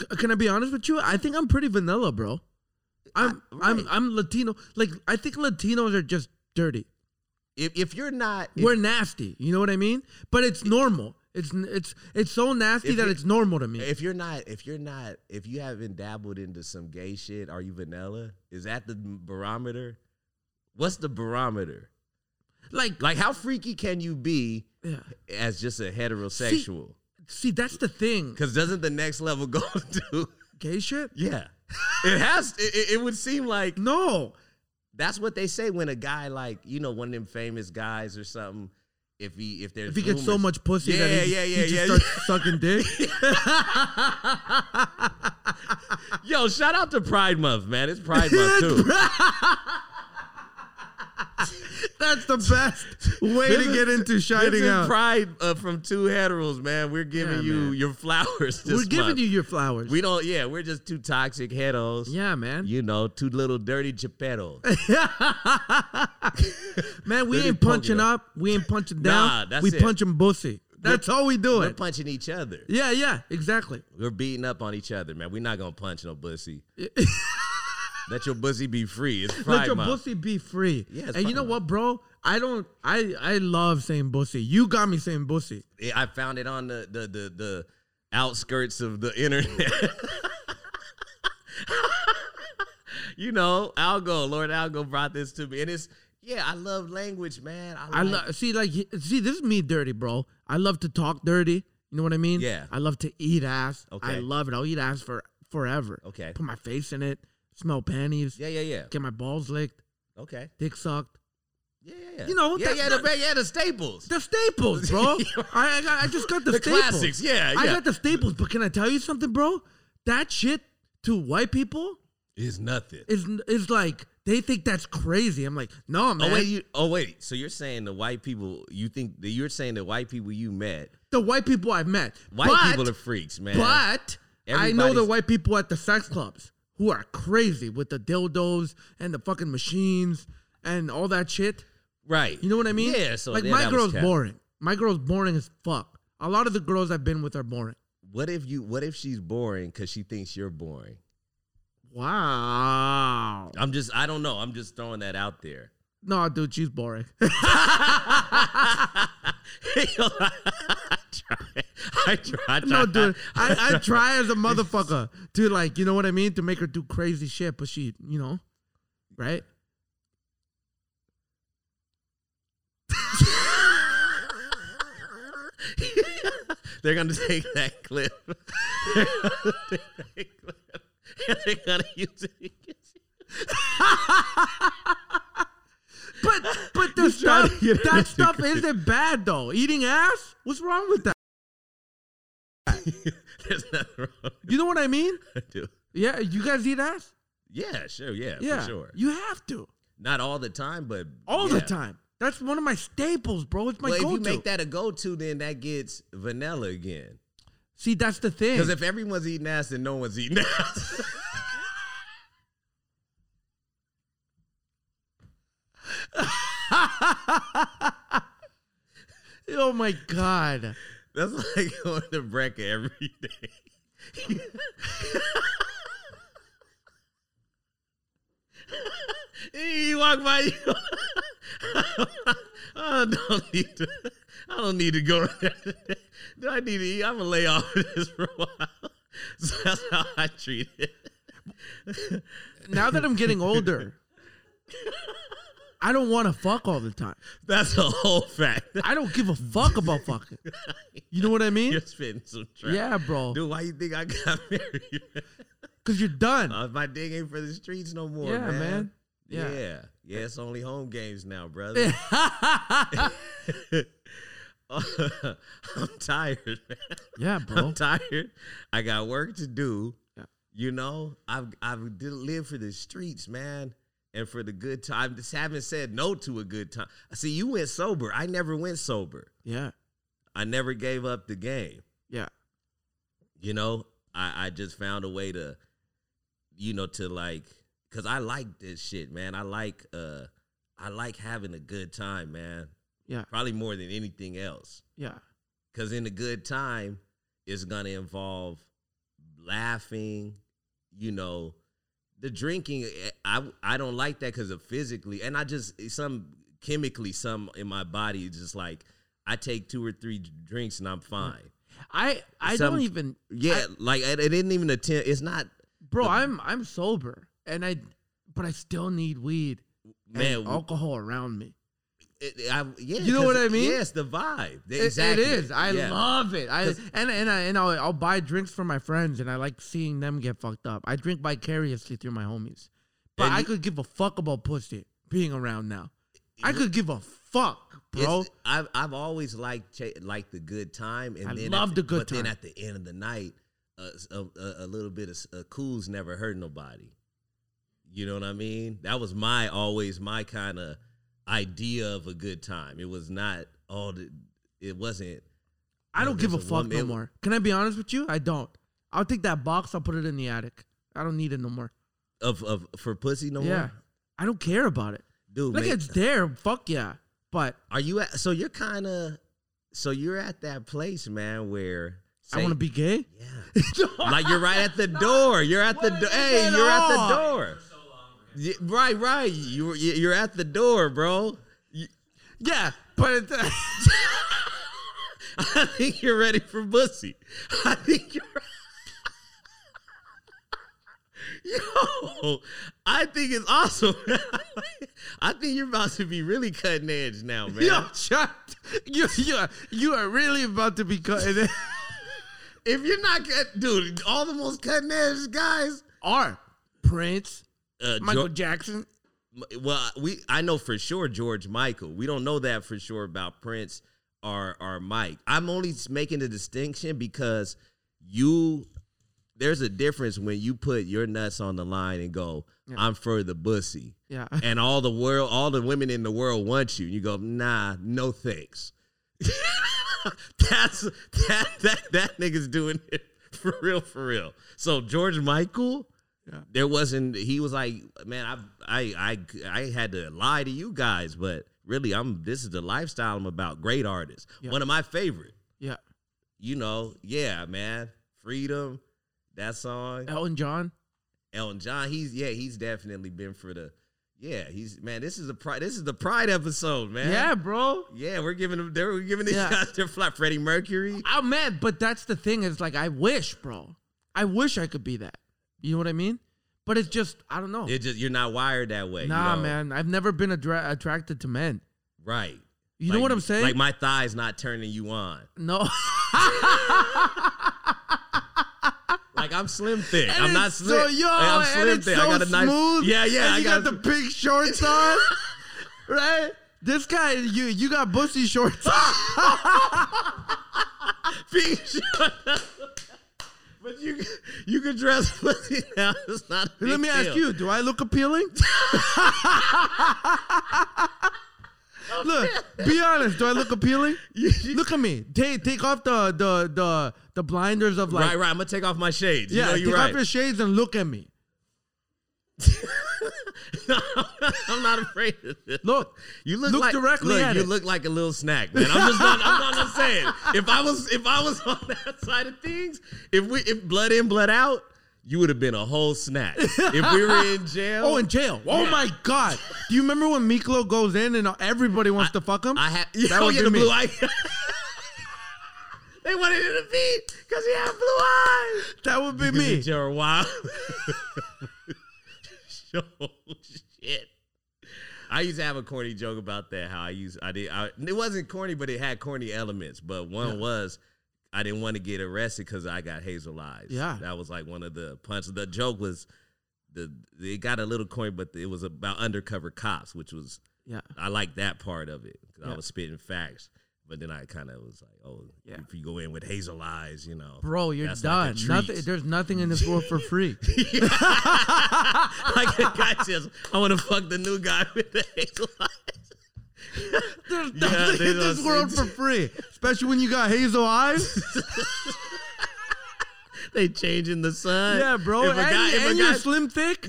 A: C- Can I be honest with you? I think I'm pretty vanilla, bro. I'm I'm I'm Latino. Like I think Latinos are just dirty.
B: If, if you're not, if,
A: We're nasty. You know what I mean? But it's normal. It's n- it's it's so nasty
B: If
A: that
B: you-
A: it's normal to me.
B: if you're not, if you're not, if you haven't dabbled into some gay shit, are you vanilla? Is that the barometer? What's the barometer?
A: like
B: Like, how freaky can you be
A: yeah.
B: as just a heterosexual?
A: See, that's the thing.
B: Because doesn't the next level go to
A: Gay shit?
B: yeah? It has. It, it- it would seem like
A: No.
B: that's what they say when a guy like you know one of them famous guys or something. If he if there's
A: If he gets so
B: rumors-
A: much pussy
B: Oh yeah
A: that he,
B: yeah yeah
A: he just
B: yeah.
A: starts sucking dick.
B: Yo, shout out to Pride Month, man. It's Pride Month too.
A: That's the best way
B: This
A: to
B: is-
A: get into
B: this
A: shining
B: is
A: out.
B: Pride uh, from two heteros, man. We're giving
A: Yeah,
B: you
A: man.
B: your flowers. This
A: We're giving
B: month.
A: you your flowers.
B: We don't. Yeah, we're just two toxic heteros.
A: yeah, man.
B: You know, two little dirty Geppettos.
A: man, we
B: Dirty
A: ain't punching
B: Pogo.
A: up. We ain't punching down.
B: Nah, that's
A: we
B: it.
A: punching bussy. That's all we
B: We're
A: doing.
B: punching each other.
A: yeah, yeah, exactly.
B: We're beating up on each other, man. We're not gonna punch no pussy. Let your pussy be free. It's Pride
A: Let your
B: Month.
A: bussy be free.
B: Yeah, it's
A: and you know
B: fine.
A: what, bro? I don't. I I love saying bussy. You got me saying bussy.
B: Yeah, I found it on the the the, the outskirts of the internet. you know, Algo, Lord Algo brought this to me, and it's yeah, I love language, man. I,
A: I
B: like-
A: love see like he- see this is me dirty, bro. I love to talk dirty You know what I mean?
B: Yeah.
A: I love to eat ass. I
B: Okay.
A: love it. I'll eat ass for forever.
B: Okay.
A: Put my face in it. Smell panties.
B: Yeah, yeah, yeah.
A: Get my balls licked.
B: Okay.
A: Dick sucked.
B: Yeah, yeah, yeah.
A: You know,
B: yeah,
A: that's
B: yeah, the, yeah, the staples,
A: The staples, bro. I I, got, I just got the,
B: the
A: staples.
B: classics. Yeah, yeah.
A: I got the staples, but can I tell you something, bro? That shit to white people
B: is nothing.
A: is is like they think that's crazy. I'm like, no, man.
B: Oh wait, you, oh wait. So you're saying the white people you think that you're saying the white people you met,
A: the white people I've met,
B: white
A: but,
B: people are freaks, man.
A: But I know the
B: Everybody's-
A: white people at the sex clubs who are crazy with the dildos and the fucking machines and all that shit.
B: right.
A: You know what I mean?
B: Yeah. So
A: like
B: yeah,
A: my
B: that was
A: girl's
B: cap.
A: boring. My girl's boring as fuck. A lot of the girls I've been with are boring.
B: What if you? What if she's boring because she thinks you're boring?
A: Wow.
B: I'm just. I don't know. I'm just throwing that out there.
A: No, dude, she's boring.
B: I try. I try. I try.
A: no, dude, I, I try as a motherfucker to like, you know what I mean, to make her do crazy shit, but she, you know, right?
B: They're gonna take that clip. They're gonna take that clip. And they're gonna use it. against you.
A: But but the
B: trying
A: stuff
B: to get her
A: that
B: to
A: stuff
B: agree.
A: isn't bad though. Eating ass, what's wrong with that?
B: There's nothing wrong with
A: You know what I mean?
B: it, dude.
A: Yeah, you guys eat ass.
B: Yeah, sure, yeah,
A: Yeah,
B: for sure.
A: you have to
B: Not all the time, but
A: all
B: yeah.
A: the time. That's one of my staples, bro. It's my
B: Well, if you
A: go-to.
B: make that a go-to, then that gets vanilla again.
A: See, that's the thing.
B: Because if everyone's eating ass, then no one's eating ass.
A: oh my god,
B: That's like going to Breck every day. Hey, you walk by you. I don't need to. I don't need to go. there today. Do I need to eat? I'm gonna lay off of this for a while. So that's how I treat it.
A: now that I'm getting older, I don't want to fuck all the time.
B: That's a whole fact.
A: I don't give a fuck about fucking. You know what I mean?
B: You're spitting some trash.
A: Yeah, bro.
B: Dude, why you think I got married?
A: Because you're done.
B: Uh, my dick ain't for the streets no more,
A: Yeah,
B: man.
A: man.
B: Yeah.
A: Yeah.
B: yeah. it's only home games now, brother. I'm tired, man.
A: yeah, bro.
B: I'm tired. I got work to do.
A: Yeah.
B: You know, I've I've did live for the streets, man, and for the good time. Just haven't said no to a good time. See, you went sober. I never went sober.
A: Yeah.
B: I never gave up the game.
A: Yeah.
B: you know i i just found a way to you know to like because i like this shit man i like uh i like having a good time man
A: Yeah.
B: probably more than anything else
A: Yeah.
B: because in a good time it's gonna involve laughing you know the drinking eh, i i don't like that because of physically and i just eh, some chemically some in my body is just like i take two or three drinks
A: Mm,
B: and i'm fine
A: I I
B: Some-
A: don't even
B: yeah, like it, it didn't even attempt. It's not,
A: bro, I'm I'm sober and I but I still need weed
B: man.
A: and alcohol around me.
B: it- I- yeah,
A: You know what
B: 'cause-
A: I mean?
B: Yes, the vibe.
A: It-
B: E-, exactly.
A: It is. I
B: Yeah.
A: love it. I
B: 'Cause-
A: and and I and I'll, I'll buy drinks for my friends and I like seeing them get fucked up. I drink vicariously through my homies. But
B: And
A: I
B: you-
A: could give a fuck about pussy being around now. I could give a fuck, bro.
B: It's- I've I've always liked cha- like the good time, and
A: I
B: then
A: love
B: at
A: the good
B: but
A: time.
B: then at the end of the night, uh, s- a, a, a little bit of s- uh, cool's never hurt nobody. You know what I mean? That was my always my kind of idea of a good time. It was not all the. It wasn't.
A: I don't give a
B: there's a
A: fuck
B: woman-
A: no more. Can I be honest with you? I don't. I'll take that box. I'll put it in the attic. I don't need it no more.
B: Of, of for pussy no
A: yeah,
B: more,
A: I don't care about it.
B: dude.
A: Like
B: man,
A: it's there. Fuck yeah. But
B: Are you at, so you're kind of so you're at that place, man, where
A: I
B: say-
A: want to be gay.
B: yeah. like you're right at the
A: No.
B: door. You're at the
A: What
B: door.
A: is
B: Hey,
A: it
B: you're at
A: all?
B: the door. Yeah, right, right. You you- you're at the door, bro. You-
A: Yeah, but it's,
B: I think you're ready for pussy. I think you're. Yo, I think it's awesome. I think you're about to be really cutting edge now, man.
A: yo, shut. You you are, you are really about to be cutting. it.
C: If you're not cut, dude, all the most cutting edge guys
A: Are Prince,
B: Uh,
A: Michael
B: Jo-
A: Jackson.
B: M- well, we I know for sure George Michael. We don't know that for sure about Prince or or Mike. I'm only s- making the distinction because you there's a difference when you put your nuts on the line and go,
A: Yeah.
B: I'm for the bussy.
A: Yeah.
B: And all the world, all the women in the world want you. And you go, nah, no thanks. That's that that that nigga's doing it for real, for real. So George Michael,
A: Yeah.
B: there wasn't. He was like, man, I I I I had to lie to you guys, but really, I'm this is the lifestyle I'm about. Great artists,
A: Yeah.
B: one of my favorite.
A: Yeah.
B: You know, yeah, man, freedom. That song,
A: Elton John.
B: Elton John. He's yeah, he's definitely been for the yeah. He's man. This is a pride. This is the pride episode, man.
A: Yeah, bro.
B: yeah. We're giving them. They're we're giving these
A: Yeah.
B: guys their flat. Freddie Mercury.
A: I'm mad, but that's the thing. Is like I wish, bro. I wish I could be that. You know what I mean? But it's just I don't know.
B: It just you're not wired that way. you
A: nah,
B: know?
A: man. I've never been attra- attracted to men.
B: Right.
A: You
B: Like-
A: know what I'm saying?
B: Like my thighs not turning you on.
A: no.
B: Like I'm slim thick.
A: And
B: I'm not
A: it's
B: slim.
A: So, yo,
B: Like, I'm slim
A: and it's
B: thick.
A: So
B: I got a nice.
A: smooth,
B: yeah, yeah.
A: and
B: I
A: you
B: got,
A: got, the big shorts on, right? This guy, you you got bussy shorts on.
B: big short- But you you can dress pussy now. It's not. a
A: Let
B: big
A: me
B: deal.
A: ask you, do I look appealing? look, be honest. Do I look appealing? look at me. Take take off the the the the blinders of like
B: right, right. I'm gonna take off my shades.
A: yeah.
B: you
A: take
B: know, you're right.
A: off your shades and look at me.
B: I'm not afraid of this.
A: Look,
B: You look,
A: Look
B: like,
A: directly
B: look,
A: at
B: you
A: it.
B: look like a little snack, man. I'm just not. I'm not just saying. If I was, if I was on that side of things, if we, if blood in, blood out, you would have been a whole snack. If we were in jail,
A: Oh, in jail. Oh
B: Yeah.
A: my God! Do you remember when Miklo goes in and everybody wants to fuck him?
B: I had.
A: That
B: oh
A: would
B: yeah,
A: be
B: the
A: me.
B: blue eye. they wanted him to be because he had blue eyes.
A: that would be
B: You could be
A: me.
B: Jared Wild. Yo, shit. I used to have a corny joke about that. How I used, I did, I, it wasn't corny, but it had corny elements. But one was, I didn't want to get arrested because I got hazel eyes.
A: Yeah.
B: that was like one of the punches. The joke was, the it got a little corny, but it was about undercover cops, which was
A: Yeah.
B: I like that part of it 'cause
A: Yeah.
B: I was spitting facts. But then I kind of was like, oh,
A: Yeah.
B: if you go in with hazel eyes, you know,
A: Bro, you're
B: that's
A: done.
B: like a treat.
A: nothing, there's nothing in this world for free.
B: like the guy says, I want to fuck the new guy with the hazel eyes.
A: There's
B: Yeah,
A: nothing
B: they
A: in this
B: don't
A: world for
B: say-
A: free, especially when you got hazel eyes.
B: They changing the sun.
A: Yeah, bro.
B: If a
A: and
B: guy- if a
A: and you're
B: guy-
A: slim thick.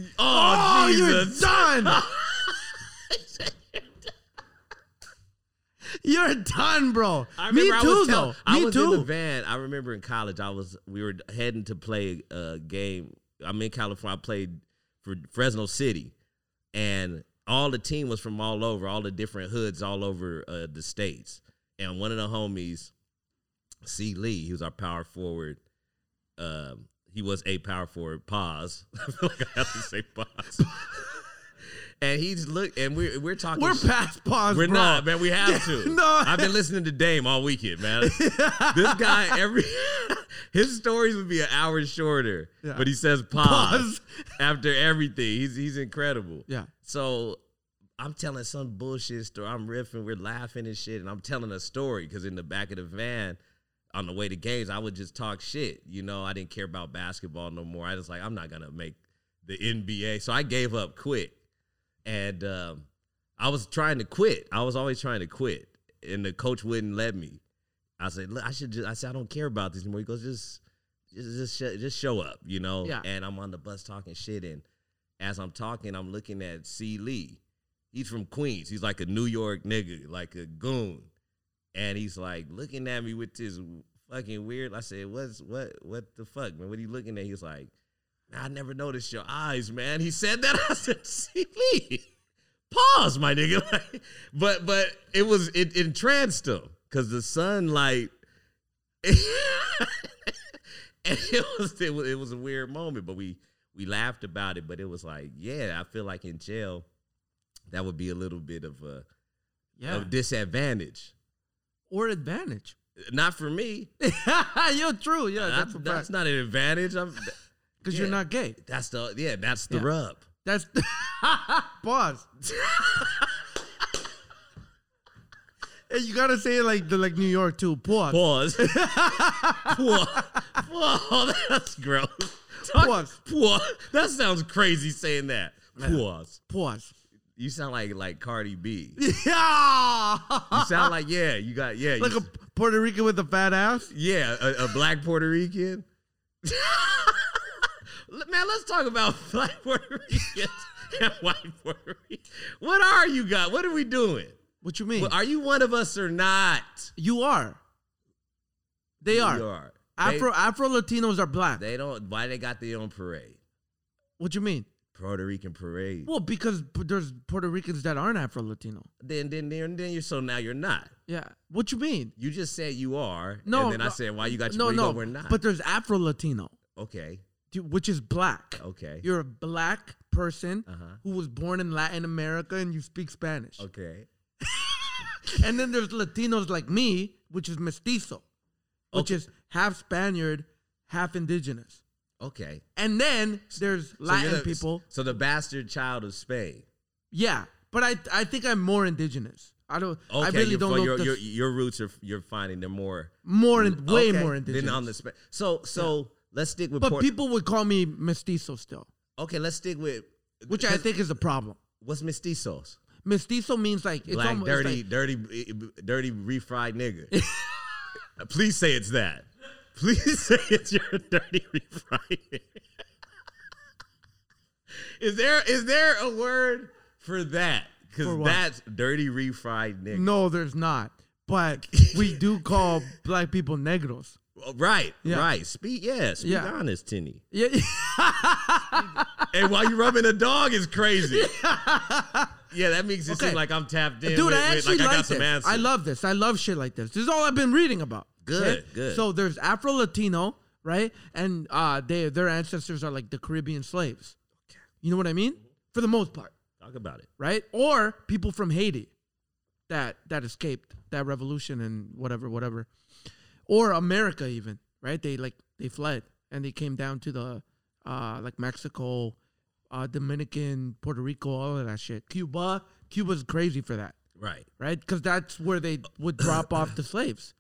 A: Oh,
B: Oh,
A: you're
B: Jesus.
A: done. you're done, bro.
B: I
A: Me
B: remember
A: too,
B: I was tell-
A: though.
B: I
A: Me
B: was in
A: too.
B: the van. I remember in college, I was we were heading to play a game. I'm in California. I played for Fresno City, and all the team was from all over, all the different hoods all over uh, the states. And one of the homies, C. Lee, he was our power forward. Um, he was a power forward. Pause. I feel like I have to say pause. and he's look, and we're we're talking.
A: We're
B: shit.
A: past pause,
B: We're
A: bro.
B: not, man. We have to.
A: No.
B: I've been listening to Dame all weekend, man. this guy, every his stories would be an hour shorter,
A: Yeah.
B: but he says pause,
A: Pause.
B: after everything. He's he's incredible.
A: Yeah.
B: So I'm telling some bullshit story. I'm riffing, we're laughing and shit, and I'm telling a story because in the back of the van. On the way to games, I would just talk shit. You know, I didn't care about basketball no more. I was like, I'm not gonna make the NBA, so I gave up quick and um, I was trying to quit. I was always trying to quit, and the coach wouldn't let me. I said, "Look, I should just." I said, "I don't care about this anymore." He goes, "Just, just, just, sh- just show up," you know.
A: Yeah.
B: And I'm on the bus talking shit, and as I'm talking, I'm looking at C. Lee. He's from Queens. He's like a New York nigga, like a goon, and he's like looking at me with this fucking weird. I said, "What's what? What the fuck, man? What are you looking at?" He's like. I never noticed your eyes, man. He said that. I said, see Lee, pause, my nigga. Like, but but it was it, entranced him because the sunlight. and it was, it was it was a weird moment, but we we laughed about it. But it was like, yeah, I feel like in jail, that would be a little bit of a
A: Yeah.
B: of disadvantage.
A: Or advantage.
B: Not for me.
A: You're true. Yeah,
B: That's,
A: that's a
B: that's
A: fact.
B: not an advantage. I'm,
A: Because you're
B: yeah.
A: not gay.
B: that's the yeah. That's the
A: Yeah.
B: rub.
A: That's pause. and you gotta say it like the like New York too. Pause.
B: Pause. Pause. Pause. That's gross.
A: Pause.
B: Pause. That sounds crazy saying that. Pause.
A: Pause.
B: You sound like like Cardi B.
A: Yeah.
B: You sound like yeah. You got yeah. you
A: like a Puerto Rican with a fat ass.
B: Yeah, a, a black Puerto Rican. Man, let's talk about black Puerto Ricans and white Puerto Ricans. What are you got? What are we doing?
A: What you mean?
B: Well, Are you one of us or not?
A: you are. They
B: You
A: are. Afro Afro Latinos are black.
B: They, they don't. Why they got their own parade?
A: what you mean?
B: Puerto Rican parade.
A: Well, because p- there's Puerto Ricans that aren't Afro Latino.
B: then, then, then, then you're so now you're not.
A: Yeah. What you mean?
B: You just said you are.
A: No,
B: And then I
A: no.
B: said, why you got your
A: No,
B: parade?
A: no.
B: We're not.
A: But there's Afro Latino,
B: okay,
A: which is black.
B: okay,
A: You're a black person
B: Uh-huh.
A: who was born in Latin America and you speak Spanish.
B: okay.
A: And then there's Latinos like me, which is mestizo, which
B: Okay.
A: is half Spaniard, half indigenous.
B: Okay.
A: And then there's
B: So you're
A: Latin
B: the-
A: people.
B: So the bastard child of Spain.
A: Yeah, but I I think I'm more indigenous. I don't. I really
B: you're
A: don't
B: from-
A: know.
B: your,
A: if
B: your,
A: that's
B: your roots are you're finding they're more
A: more and way
B: okay,
A: more indigenous.
B: than on the spa- so so let's stick with
A: but
B: Puerto-
A: people would call me mestizo still,
B: okay let's stick with
A: which I think is a problem.
B: what's mestizos
A: Mestizo means like it's
B: black
A: almost it's
B: dirty
A: like-
B: dirty eh, eh, dirty refried nigger please say it's that please say it's your dirty refried nigger. is there is there a word for that
A: For
B: because
A: what? Mm.
B: that's dirty refried nigger
A: no, there's not. But we do call black people negros.
B: Oh, right
A: Yeah.
B: right speak yeah speak
A: Yeah.
B: honest Tinny.
A: Yeah,
B: And while you rubbing a dog is crazy. yeah, that makes it
A: Okay.
B: seem like I'm tapped in.
A: dude,
B: with-
A: I
B: with-
A: actually
B: like,
A: like,
B: I got some
A: this.
B: answers.
A: I love this. I love shit like this. This is all I've been reading about.
B: Good, good.
A: So there's Afro Latino, right? And uh, they their ancestors are like the Caribbean slaves. You know what I mean? For the most part,
B: Talk about it.
A: right? Or people from Haiti that that escaped that revolution and whatever, whatever. Or America, even right? They like they fled and they came down to the uh, like Mexico, uh, Dominican, Puerto Rico, all of that shit. Cuba, Cuba's crazy for that
B: Right.
A: right? Because that's where they would drop off the slaves.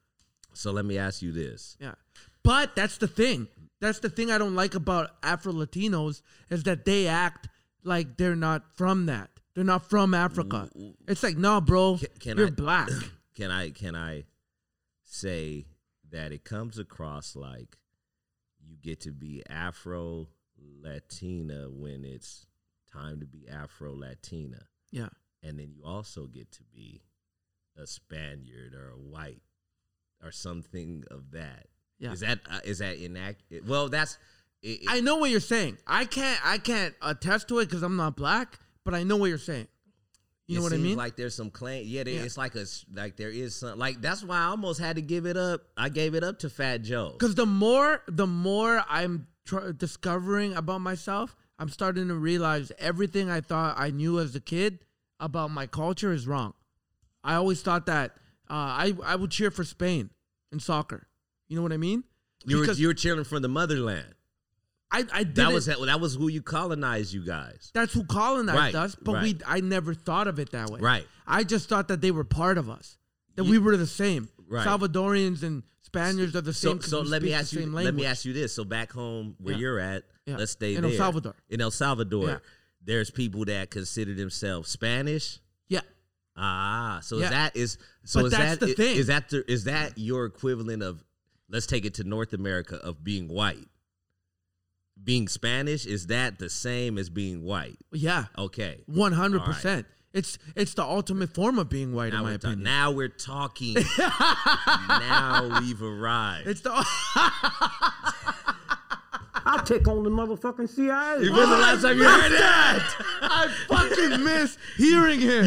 B: So let me ask you this.
A: Yeah. But that's the thing. That's the thing I don't like about Afro Latinos is that they act like they're not from that. They're not from Africa. It's like, nah, bro,
B: Can- can
A: you're
B: I-
A: black.
B: Can I can I say that it comes across like you get to be Afro Latina when it's time to be Afro Latina.
A: yeah.
B: And then you also get to be a Spaniard or a white or something of that.
A: Yeah.
B: Is that uh, is that inaccurate? Well, that's it, it-
A: I know what you're saying. I can't I can't attest to it because I'm not black, but I know what you're saying. You
B: it
A: know what I
B: seems
A: mean?
B: Like there's some claim. Yeah, there,
A: Yeah.
B: it's like a s- like there is some like that's why I almost had to give it up. I gave it up to Fat Joe.
A: Because the more the more I'm tr- discovering about myself, I'm starting to realize everything I thought I knew as a kid about my culture is wrong. I always thought that uh, I I would cheer for Spain in soccer. You know what I mean?
B: You were
A: because-
B: you were cheering for the motherland.
A: I I did
B: That was that was who you colonized, you guys.
A: that's who colonized
B: Right,
A: us, but we
B: right.
A: I never thought of it that way.
B: Right.
A: I just thought that they were part of us. That we were the same.
B: Right.
A: Salvadorians and Spaniards are the
B: So
A: same. 'cause
B: so
A: we
B: let me
A: speak the
B: ask you
A: same
B: let me
A: language.
B: ask you this. So back home where
A: Yeah.
B: you're at,
A: Yeah.
B: let's stay
A: In El
B: there.
A: Salvador.
B: In El Salvador,
A: Yeah.
B: there's people that consider themselves Spanish.
A: Yeah.
B: Ah, so
A: Yeah.
B: is that is so
A: But
B: is
A: that's
B: that
A: the
B: i-
A: thing.
B: is that the, is that your equivalent of let's take it to North America of being white. Being Spanish is that the same as being white?
A: Yeah.
B: Okay.
A: One hundred
B: All
A: percent. It's it's the ultimate form of being white,
B: Now
A: in my
B: we're, ta-
A: opinion.
B: now we're talking. now we've arrived.
A: it's the
D: I'll take on the motherfucking CIA.
B: It was the last time you heard that.
A: I fucking miss hearing him.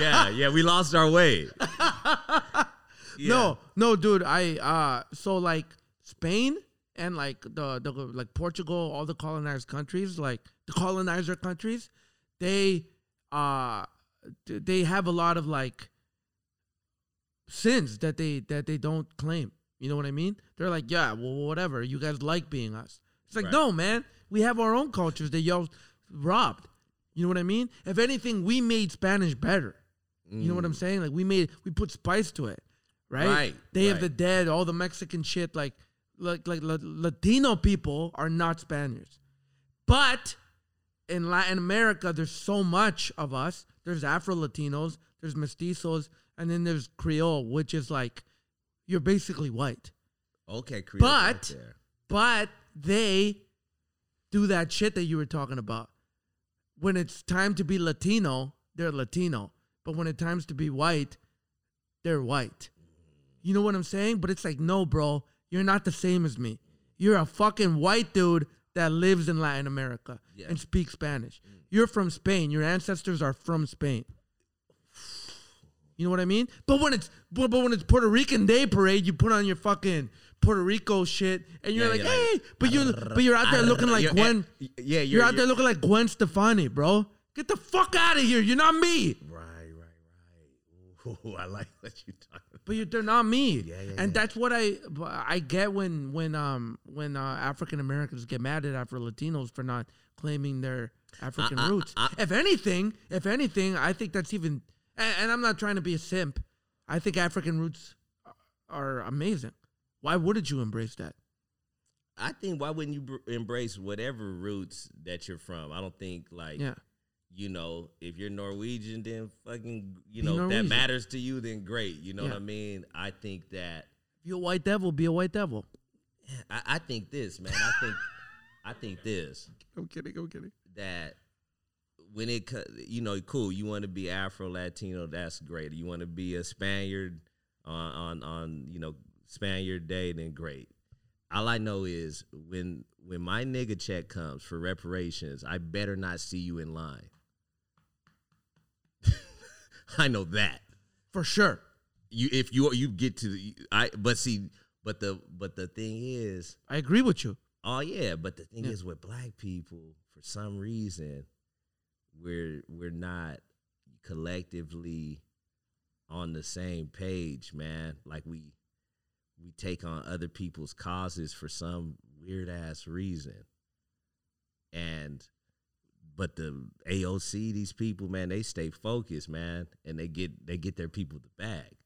B: yeah, yeah, we lost our way.
A: No, no, dude. I uh so like Spain and like the the like Portugal, all the colonized countries, like the colonizer countries, they uh th- they have a lot of like sins that they that they don't claim. You know what I mean? They're like, yeah, well, whatever. You guys like being us. It's like,
B: Right.
A: no, man. We have our own cultures that y'all robbed. You know what I mean? If anything, we made Spanish better. You know what I'm saying? Like we made we put spice to it, right?
B: Mm. Right,
A: Day of
B: right.
A: the Dead, all the Mexican shit. Like, like, like La- Latino people are not Spaniards, but in Latin America, there's so much of us. There's Afro Latinos, there's mestizos, and then there's Creole, which is like you're basically white.
C: Okay, Creole.
A: But- But they do that shit that you were talking about. When it's time to be Latino, they're Latino. But when it's times to be white, they're white. You know what I'm saying? But it's like, no, bro, you're not the same as me. You're a fucking white dude that lives in Latin America and speaks Spanish. You're from Spain. Your ancestors are from Spain. You know what I mean? But when it's but, but when it's Puerto Rican Day Parade, you put on your fucking Puerto Rico shit, and you're
B: Yeah,
A: like,
B: you're
A: hey,
B: like,
A: but you but you're out there looking like
B: You're- eh,
A: Gwen.
B: yeah,
A: you're,
B: you're,
A: out there looking like Gwen Stefani, bro. Get the fuck out of here. You're not me.
C: Right, right, right. Ooh, I like what you talking.
A: But you're, they're not me.
C: yeah,
A: and that's what I but I get when when um when uh, African Americans get mad at Afro Latinos for not claiming their African roots. if anything, if anything, I think that's even. And, and I'm not trying to be a simp. I think African roots are amazing. Why wouldn't you embrace that?
B: I think why wouldn't you br- embrace whatever roots that you're from? I don't think like
A: Yeah.
B: you know if you're Norwegian, then fucking you
A: Be
B: know if that
A: Norwegian.
B: matters to you, then great. You know
A: Yeah.
B: what I mean? I think that
A: If you're a white devil, be a white devil.
B: I, I think this man. I think I think this
A: I'm kidding. I'm kidding.
B: that when it co- you know cool you want to be Afro Latino that's great. You want to be a Spaniard on on on you know Spaniard Day then great. All I know is when when my nigga check comes for reparations, I better not see you in line. I know that
A: For sure.
B: you if you you get to the I but see but the but the thing is
A: I agree with you.
B: Oh yeah, but the thing
A: Yeah.
B: is with black people, for some reason, we're we're not collectively on the same page, man. Like we we take on other people's causes for some weird ass reason. And but the AOC, these people, man, they stay focused, man, and they get they get their people the bag.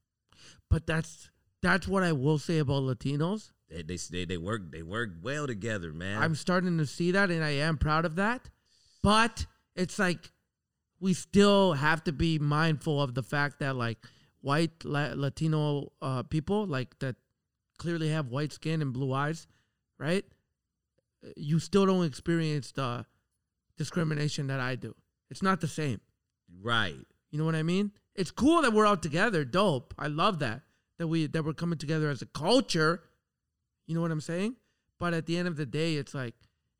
A: But that's that's what I will say about Latinos.
B: They they they, they work they work well together, man.
A: I'm starting to see that, and I am proud of that. But it's like we still have to be mindful of the fact that like white La- Latino uh, people, like that, clearly have white skin and blue eyes, right? You still don't experience the discrimination that I do. It's not the same.
B: right.
A: You know what I mean? It's cool that we're out together. Dope. I love that. That we that we're coming together as a culture. You know what I'm saying? But at the end of the day, it's like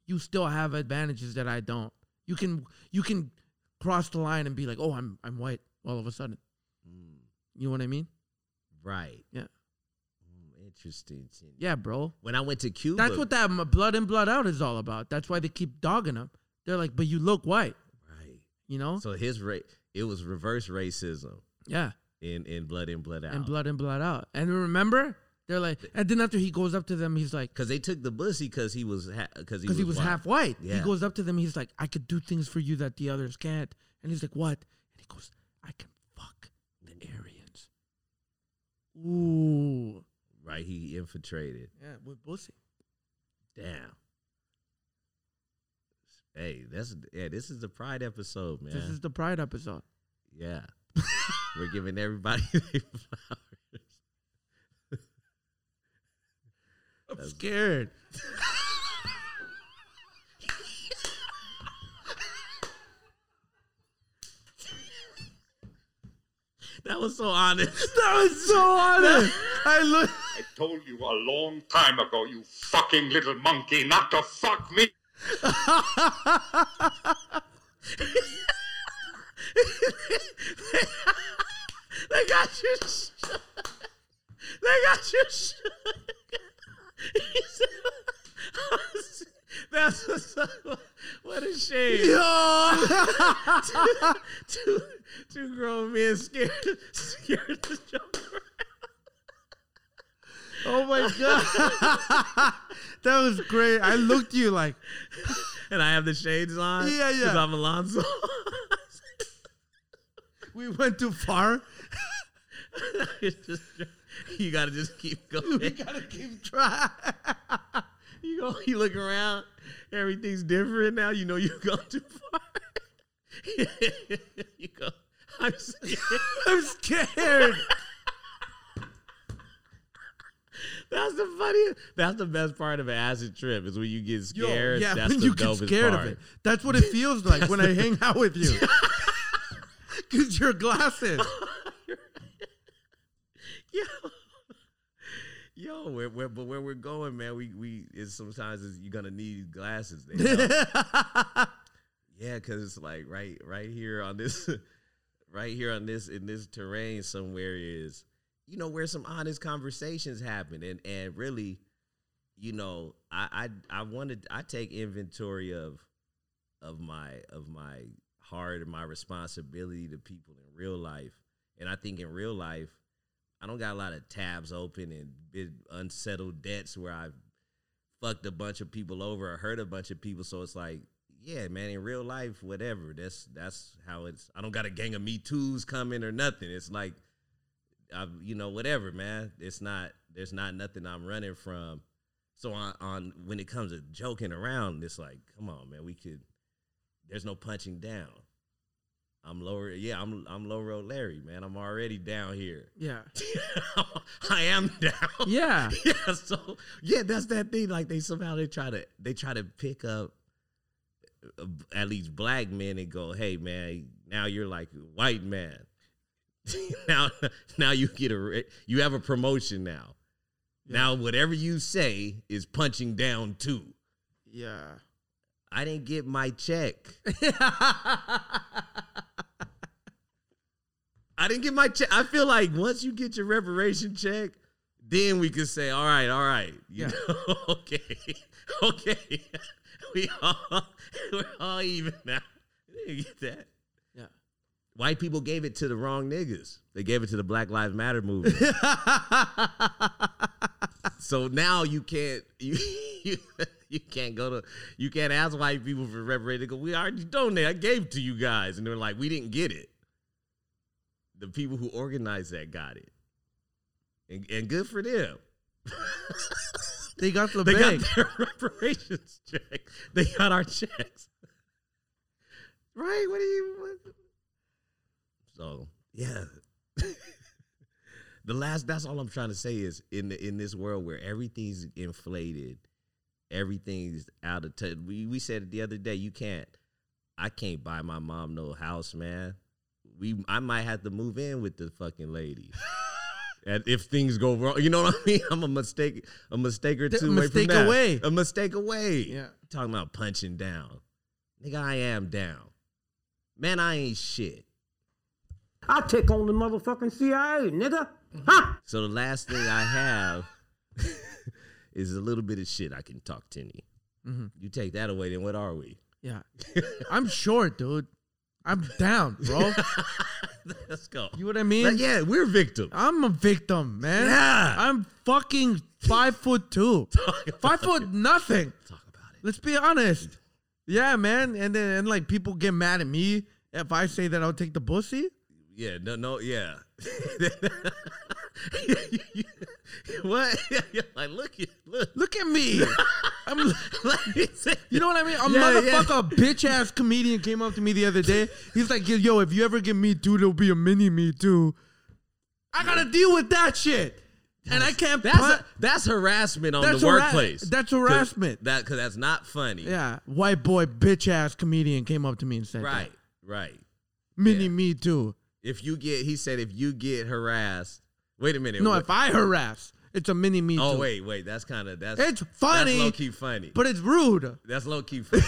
A: you still have advantages that I don't. You can you can cross the line and be like, "Oh, I'm I'm white." All of a sudden. You know what I mean?
B: Right.
A: Yeah.
B: Mm, Interesting. Tim.
A: Yeah, bro.
B: When I went to Cuba,
A: That's what that m- blood in blood out is all about. That's why they keep dogging them. They're like, "But you look white."
B: Right.
A: You know?
B: So his rate, it was reverse racism
A: yeah.
B: in in blood in blood out.
A: And blood and blood out. And remember, they're like, and then after he goes up to them, he's like,
B: Cause they took the pussy because he was because
A: because he was,
B: white.
A: half white. He
B: Yeah.
A: goes up to them. He's like, "I could do things for you that the others can't." And he's like, "What?" And he goes, "I can fuck the Aryans." Ooh,
B: right. He infiltrated.
A: yeah, with pussy.
B: Damn. Hey, that's yeah. This is the pride episode, man.
A: This is the Pride episode.
B: yeah, we're giving everybody their flowers.
A: I'm scared.
B: That was so honest.
A: That was so honest. Oh, I look.
E: I told you a long time ago, you fucking little monkey, not to fuck me.
B: They got your. sh- They got your. sh- He said- That's a, so- what a shame. two, two grown men scared scared the joke around. my god!
A: that was great. I looked you like,
B: and I have the shades on.
A: Yeah, yeah.
B: 'cause I'm Alonzo.
A: we went too far.
B: It's just- you gotta just keep going. You gotta keep trying. you go. You look around. Everything's different now. You know you've gone too far. you go. I'm scared.
A: I'm scared.
B: That's the funniest. That's the best part of an acid trip is when you get
A: Yo,
B: scared.
A: yeah,
B: that's
A: when
B: the
A: you get
B: dopest
A: scared
B: part.
A: of it. That's what it feels like when I hang out with you. Cause your glasses.
B: Yo, yo, where, where, but where we're going, man, we we is sometimes is you're gonna need glasses. They help. yeah, because it's like right right here on this, right here on this in this terrain somewhere is you know where some honest conversations happen and and really, you know, I I I wanted I take inventory of of my of my heart and my responsibility to people in real life, and I think in real life. I don't got a lot of tabs open and big unsettled debts where I've fucked a bunch of people over or hurt a bunch of people. So it's like, yeah, man, in real life, whatever. That's that's how it's. I don't got a gang of Me Too's coming or nothing. It's like, I you know whatever, man. It's not. There's not nothing I'm running from. So on, on when it comes to joking around, it's like, come on, man, we could. There's no punching down. I'm lower. Yeah, I'm I'm low road Larry, man. I'm already down here.
A: Yeah.
B: I am down.
A: Yeah.
B: Yeah, so yeah, that's that thing. Like they somehow they try to they try to pick up uh, at least black men and go, hey man, now you're like a white man. now now you get a ra- you have a promotion now. Now whatever you say is punching down too.
A: Yeah.
B: I didn't get my check. I didn't get my check. I feel like once you get your reparation check, then we can say, all right, all right. You
A: Yeah.
B: know, okay, okay. we all, we're all even now. They didn't get that.
A: Yeah.
B: White people gave it to the wrong niggas. They gave it to the Black Lives Matter movement. so now you can't you, you you can't go to you can't ask white people for reparations. They Go, we already donated. I gave it to you guys, and they're like, we didn't get it. The people who organized that got it, and, and good for them.
A: They got the
B: They
A: bag.
B: got their reparations check. They got our checks. Right? What do you? What? So yeah, the last. That's all I'm trying to say is in the, in this world where everything's inflated, everything's out of touch. We we said it the other day. You can't. I can't buy my mom no house, man. We I might have to move in with the fucking lady. And if things go wrong, you know what I mean. I'm a mistake, a mistake or
A: Th-
B: two away from
A: mistake
B: that.
A: away.
B: A mistake away.
A: Yeah.
B: Talking about punching down, nigga. I am down, man. I ain't shit.
D: I take on the motherfucking CIA, nigga. Huh?
B: So the last thing I have is a little bit of shit I can talk to you.
A: Mhm.
B: You take that away, then what are we?
A: Yeah. I'm short, dude. I'm down, bro.
B: Let's go.
A: You know what I mean?
B: Like, yeah, we're victims.
A: I'm a victim, man.
B: Yeah.
A: I'm fucking five foot two.
B: Talk about
A: Five foot nothing.
B: Talk about it.
A: Let's be honest. Yeah, man. And then and like people get mad at me if I say that I'll take the pussy.
B: Yeah, no, no, yeah. what? like, look, at- look.
A: Look at me. I'm You know what I mean? A
B: Yeah, yeah.
A: motherfucker, bitch ass comedian came up to me the other day. He's like, yo, if you ever get me too, there'll be a mini me too. I gotta deal with that shit. and I can't
B: That's
A: pun-
B: that's harassment on
A: That's
B: the
A: hara-
B: workplace.
A: that's
B: 'Cause
A: harassment.
B: That because that's not funny.
A: Yeah. White boy, bitch ass comedian came up to me and said, that.
B: Right. Right.
A: Mini
B: Yeah.
A: me too.
B: If you get, he said, if you get harassed. Wait a minute.
A: No,
B: what-
A: if I harass, it's a mini me
B: Oh
A: too.
B: wait, wait. That's kind of that's
A: It's funny,
B: That's low key funny.
A: But it's rude.
B: that's low key funny.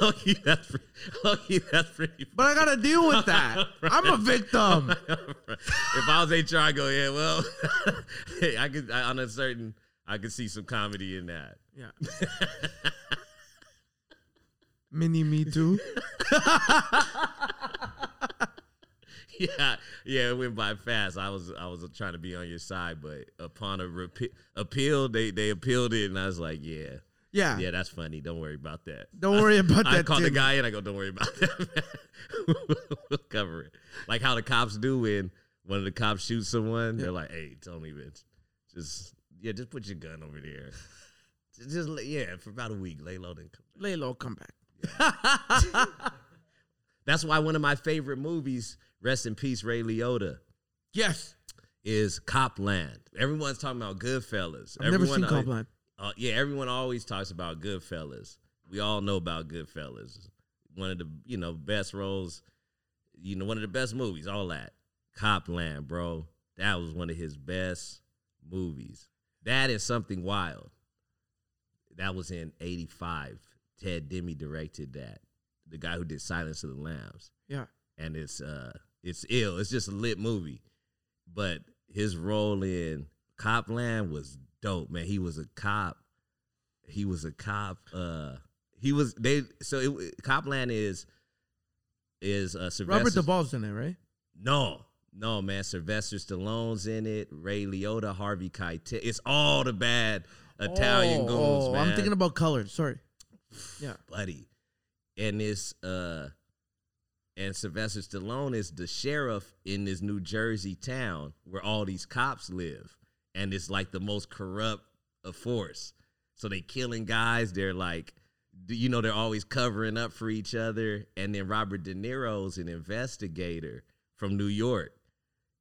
B: low key, that's pre- low key, that's pretty.
A: But I gotta deal with that. I'm a victim.
B: if I was HR, I go, yeah, well, hey, I could I, on a certain, I could see some comedy in that.
A: Yeah. Mini me too.
B: yeah, yeah, it went by fast. I was I was trying to be on your side, but upon a repe- appeal, they they appealed it, and I was like, yeah,
A: Yeah.
B: yeah, that's funny. Don't worry about that.
A: Don't worry about
B: I
A: that.
B: called the
A: Timmy.
B: guy and I go, don't worry about that. man. we'll cover it. Like how the cops do when one of the cops shoots someone, they're like, hey, Tony, bitch, just yeah, just put your gun over there. Just, just lay- yeah, for about a week, lay low and come.
A: Lay low, come back.
B: That's why one of my favorite movies, rest in peace, Ray Liotta,
A: Yes.
B: is Copland. Everyone's talking about Goodfellas.
A: I've never seen
B: Everyone-
A: Copland.
B: uh, yeah, everyone always talks about Goodfellas. We all know about Goodfellas. One of the you know best roles, you know, one of the best movies. All that Copland, bro. That was one of his best movies. That is something wild. That was in '85. Ted Demi directed that. The guy who did Silence of the Lambs
A: Yeah.
B: and it's uh it's ill. It's just a lit movie. But his role in Copland was dope, man. He was a cop. He was a cop. Uh he was they so it, Copland is is uh
A: Robert
B: Sylvester.
A: Duvall's in it, right?
B: no. No, man. Sylvester Stallone's in it. Ray Liotta, Harvey Keitel. It's all the bad Italian
A: Oh,
B: goons,
A: oh,
B: man
A: I'm thinking about colors. Sorry. Yeah.
B: buddy. And this uh and Sylvester Stallone is the sheriff in this New Jersey town where all these cops live. And it's like the most corrupt of force. So they killing guys, they're like d- you know, they're always covering up for each other. And then Robert De Niro's an investigator from New York.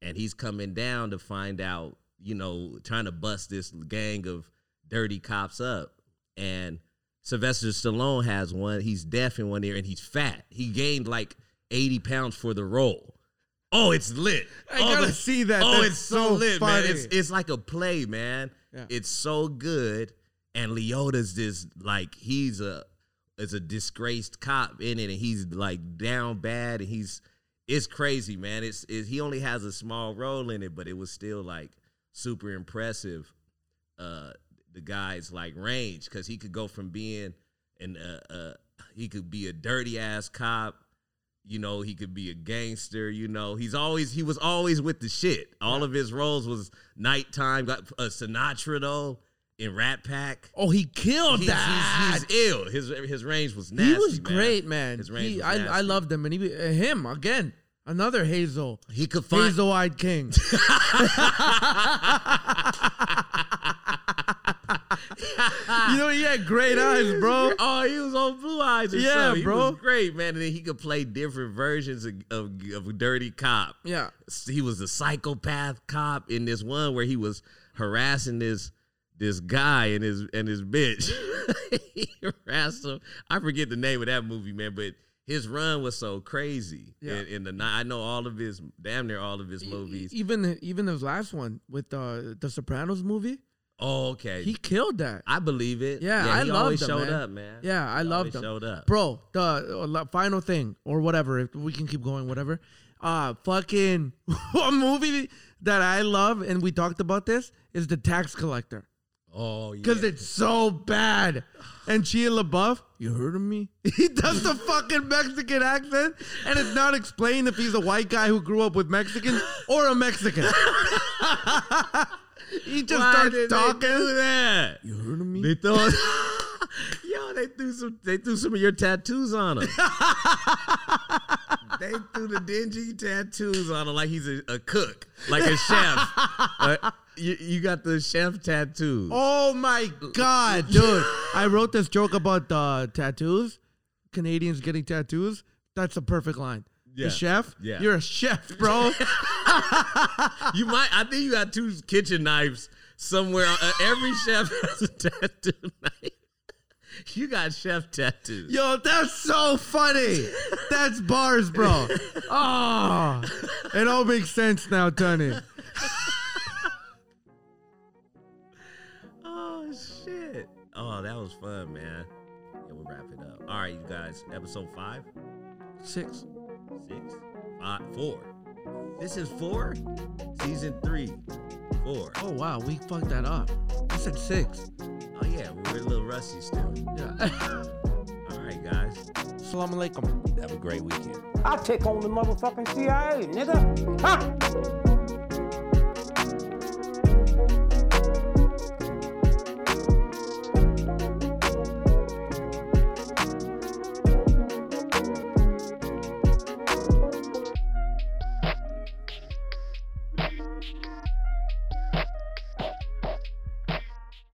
B: And he's coming down to find out, you know, trying to bust this gang of dirty cops up. And Sylvester Stallone has one. He's deaf in one ear and he's fat. He gained like 80 pounds for the role. Oh, it's lit.
A: I
B: Oh,
A: gotta
B: the-
A: see that.
B: Oh,
A: That's
B: it's so,
A: so
B: lit, man.
A: funny.
B: It's it's like a play, man.
A: Yeah.
B: It's so good. And Leota's this like he's a is a disgraced cop in it and he's like down bad and he's it's crazy, man. It's, it's he only has a small role in it, but it was still like super impressive uh the guy's like range because he could go from being an uh, uh he could be a dirty ass cop you know he could be a gangster you know he's always he was always with the shit all of his roles was nighttime got uh, sinatra though in rat pack
A: Oh, he killed
B: he's,
A: that.
B: he's, he's ill his his range was nasty
A: he was
B: man.
A: great, man.
B: his range
A: He-
B: was
A: I, I
B: nasty.
A: loved him, and he uh, him again. Another Hazel,
B: he could find
A: hazel-eyed king. you know he had great eyes, bro.
B: Oh, he was on Blue Eyes. Or
A: Yeah,
B: something. He
A: bro.
B: was great man. And then he could play different versions of of, of a dirty cop.
A: Yeah,
B: he was the psychopath cop in this one where he was harassing this this guy and his and his bitch. he harassed him. I forget the name of that movie, man, but his run was so crazy.
A: Yeah.
B: In, in the ni- I know all of his damn near all of his movies.
A: E, even even his last one with uh, the Sopranos movie,
B: oh, okay.
A: he killed that.
B: I believe it.
A: Yeah, I
B: he
A: loved
B: always
A: him,
B: showed
A: man.
B: up, man.
A: Yeah, I
B: He
A: loved
B: always
A: him.
B: Showed up.
A: Bro, the uh, la- final thing or whatever, if we can keep going, whatever. Uh fucking a movie that I love and we talked about this is The Tax Collector.
B: Oh, yeah.
A: Cause it's so bad. And Chia LaBeouf, you heard of me? He does the fucking Mexican accent, and it's not explained if he's a white guy who grew up with Mexicans or a Mexican. he just
B: Why
A: starts
B: did they
A: talking.
B: do that.
A: You heard of me?
B: They threw, yo, they threw some, they threw some of your tattoos on him. they threw the dingy tattoos on him, like he's a, a cook, like a chef. Uh, you, you got the chef tattoo.
A: Oh my god, dude! I wrote this joke about uh, tattoos, Canadians getting tattoos. That's a perfect line.
B: Yeah.
A: The chef,
B: Yeah.
A: you're a chef, bro.
B: You might, I think you got two kitchen knives somewhere. Uh, every chef has a tattoo knife. You got chef tattoos.
A: Yo, that's so funny. That's bars, bro. Oh, it all makes sense now, Tony.
B: Oh shit! Oh, that was fun, man. Yeah, we'll wrap it up. All right, you guys. Episode five,
A: Six.
B: six, five, four. This is four. Season three, four.
A: Oh wow, we fucked that up. I said six.
B: Oh yeah, we're a little rusty still.
A: Yeah.
B: All right, guys.
F: Salam alaikum.
B: Have a great weekend.
D: I take on the motherfucking CIA, nigga. Ha!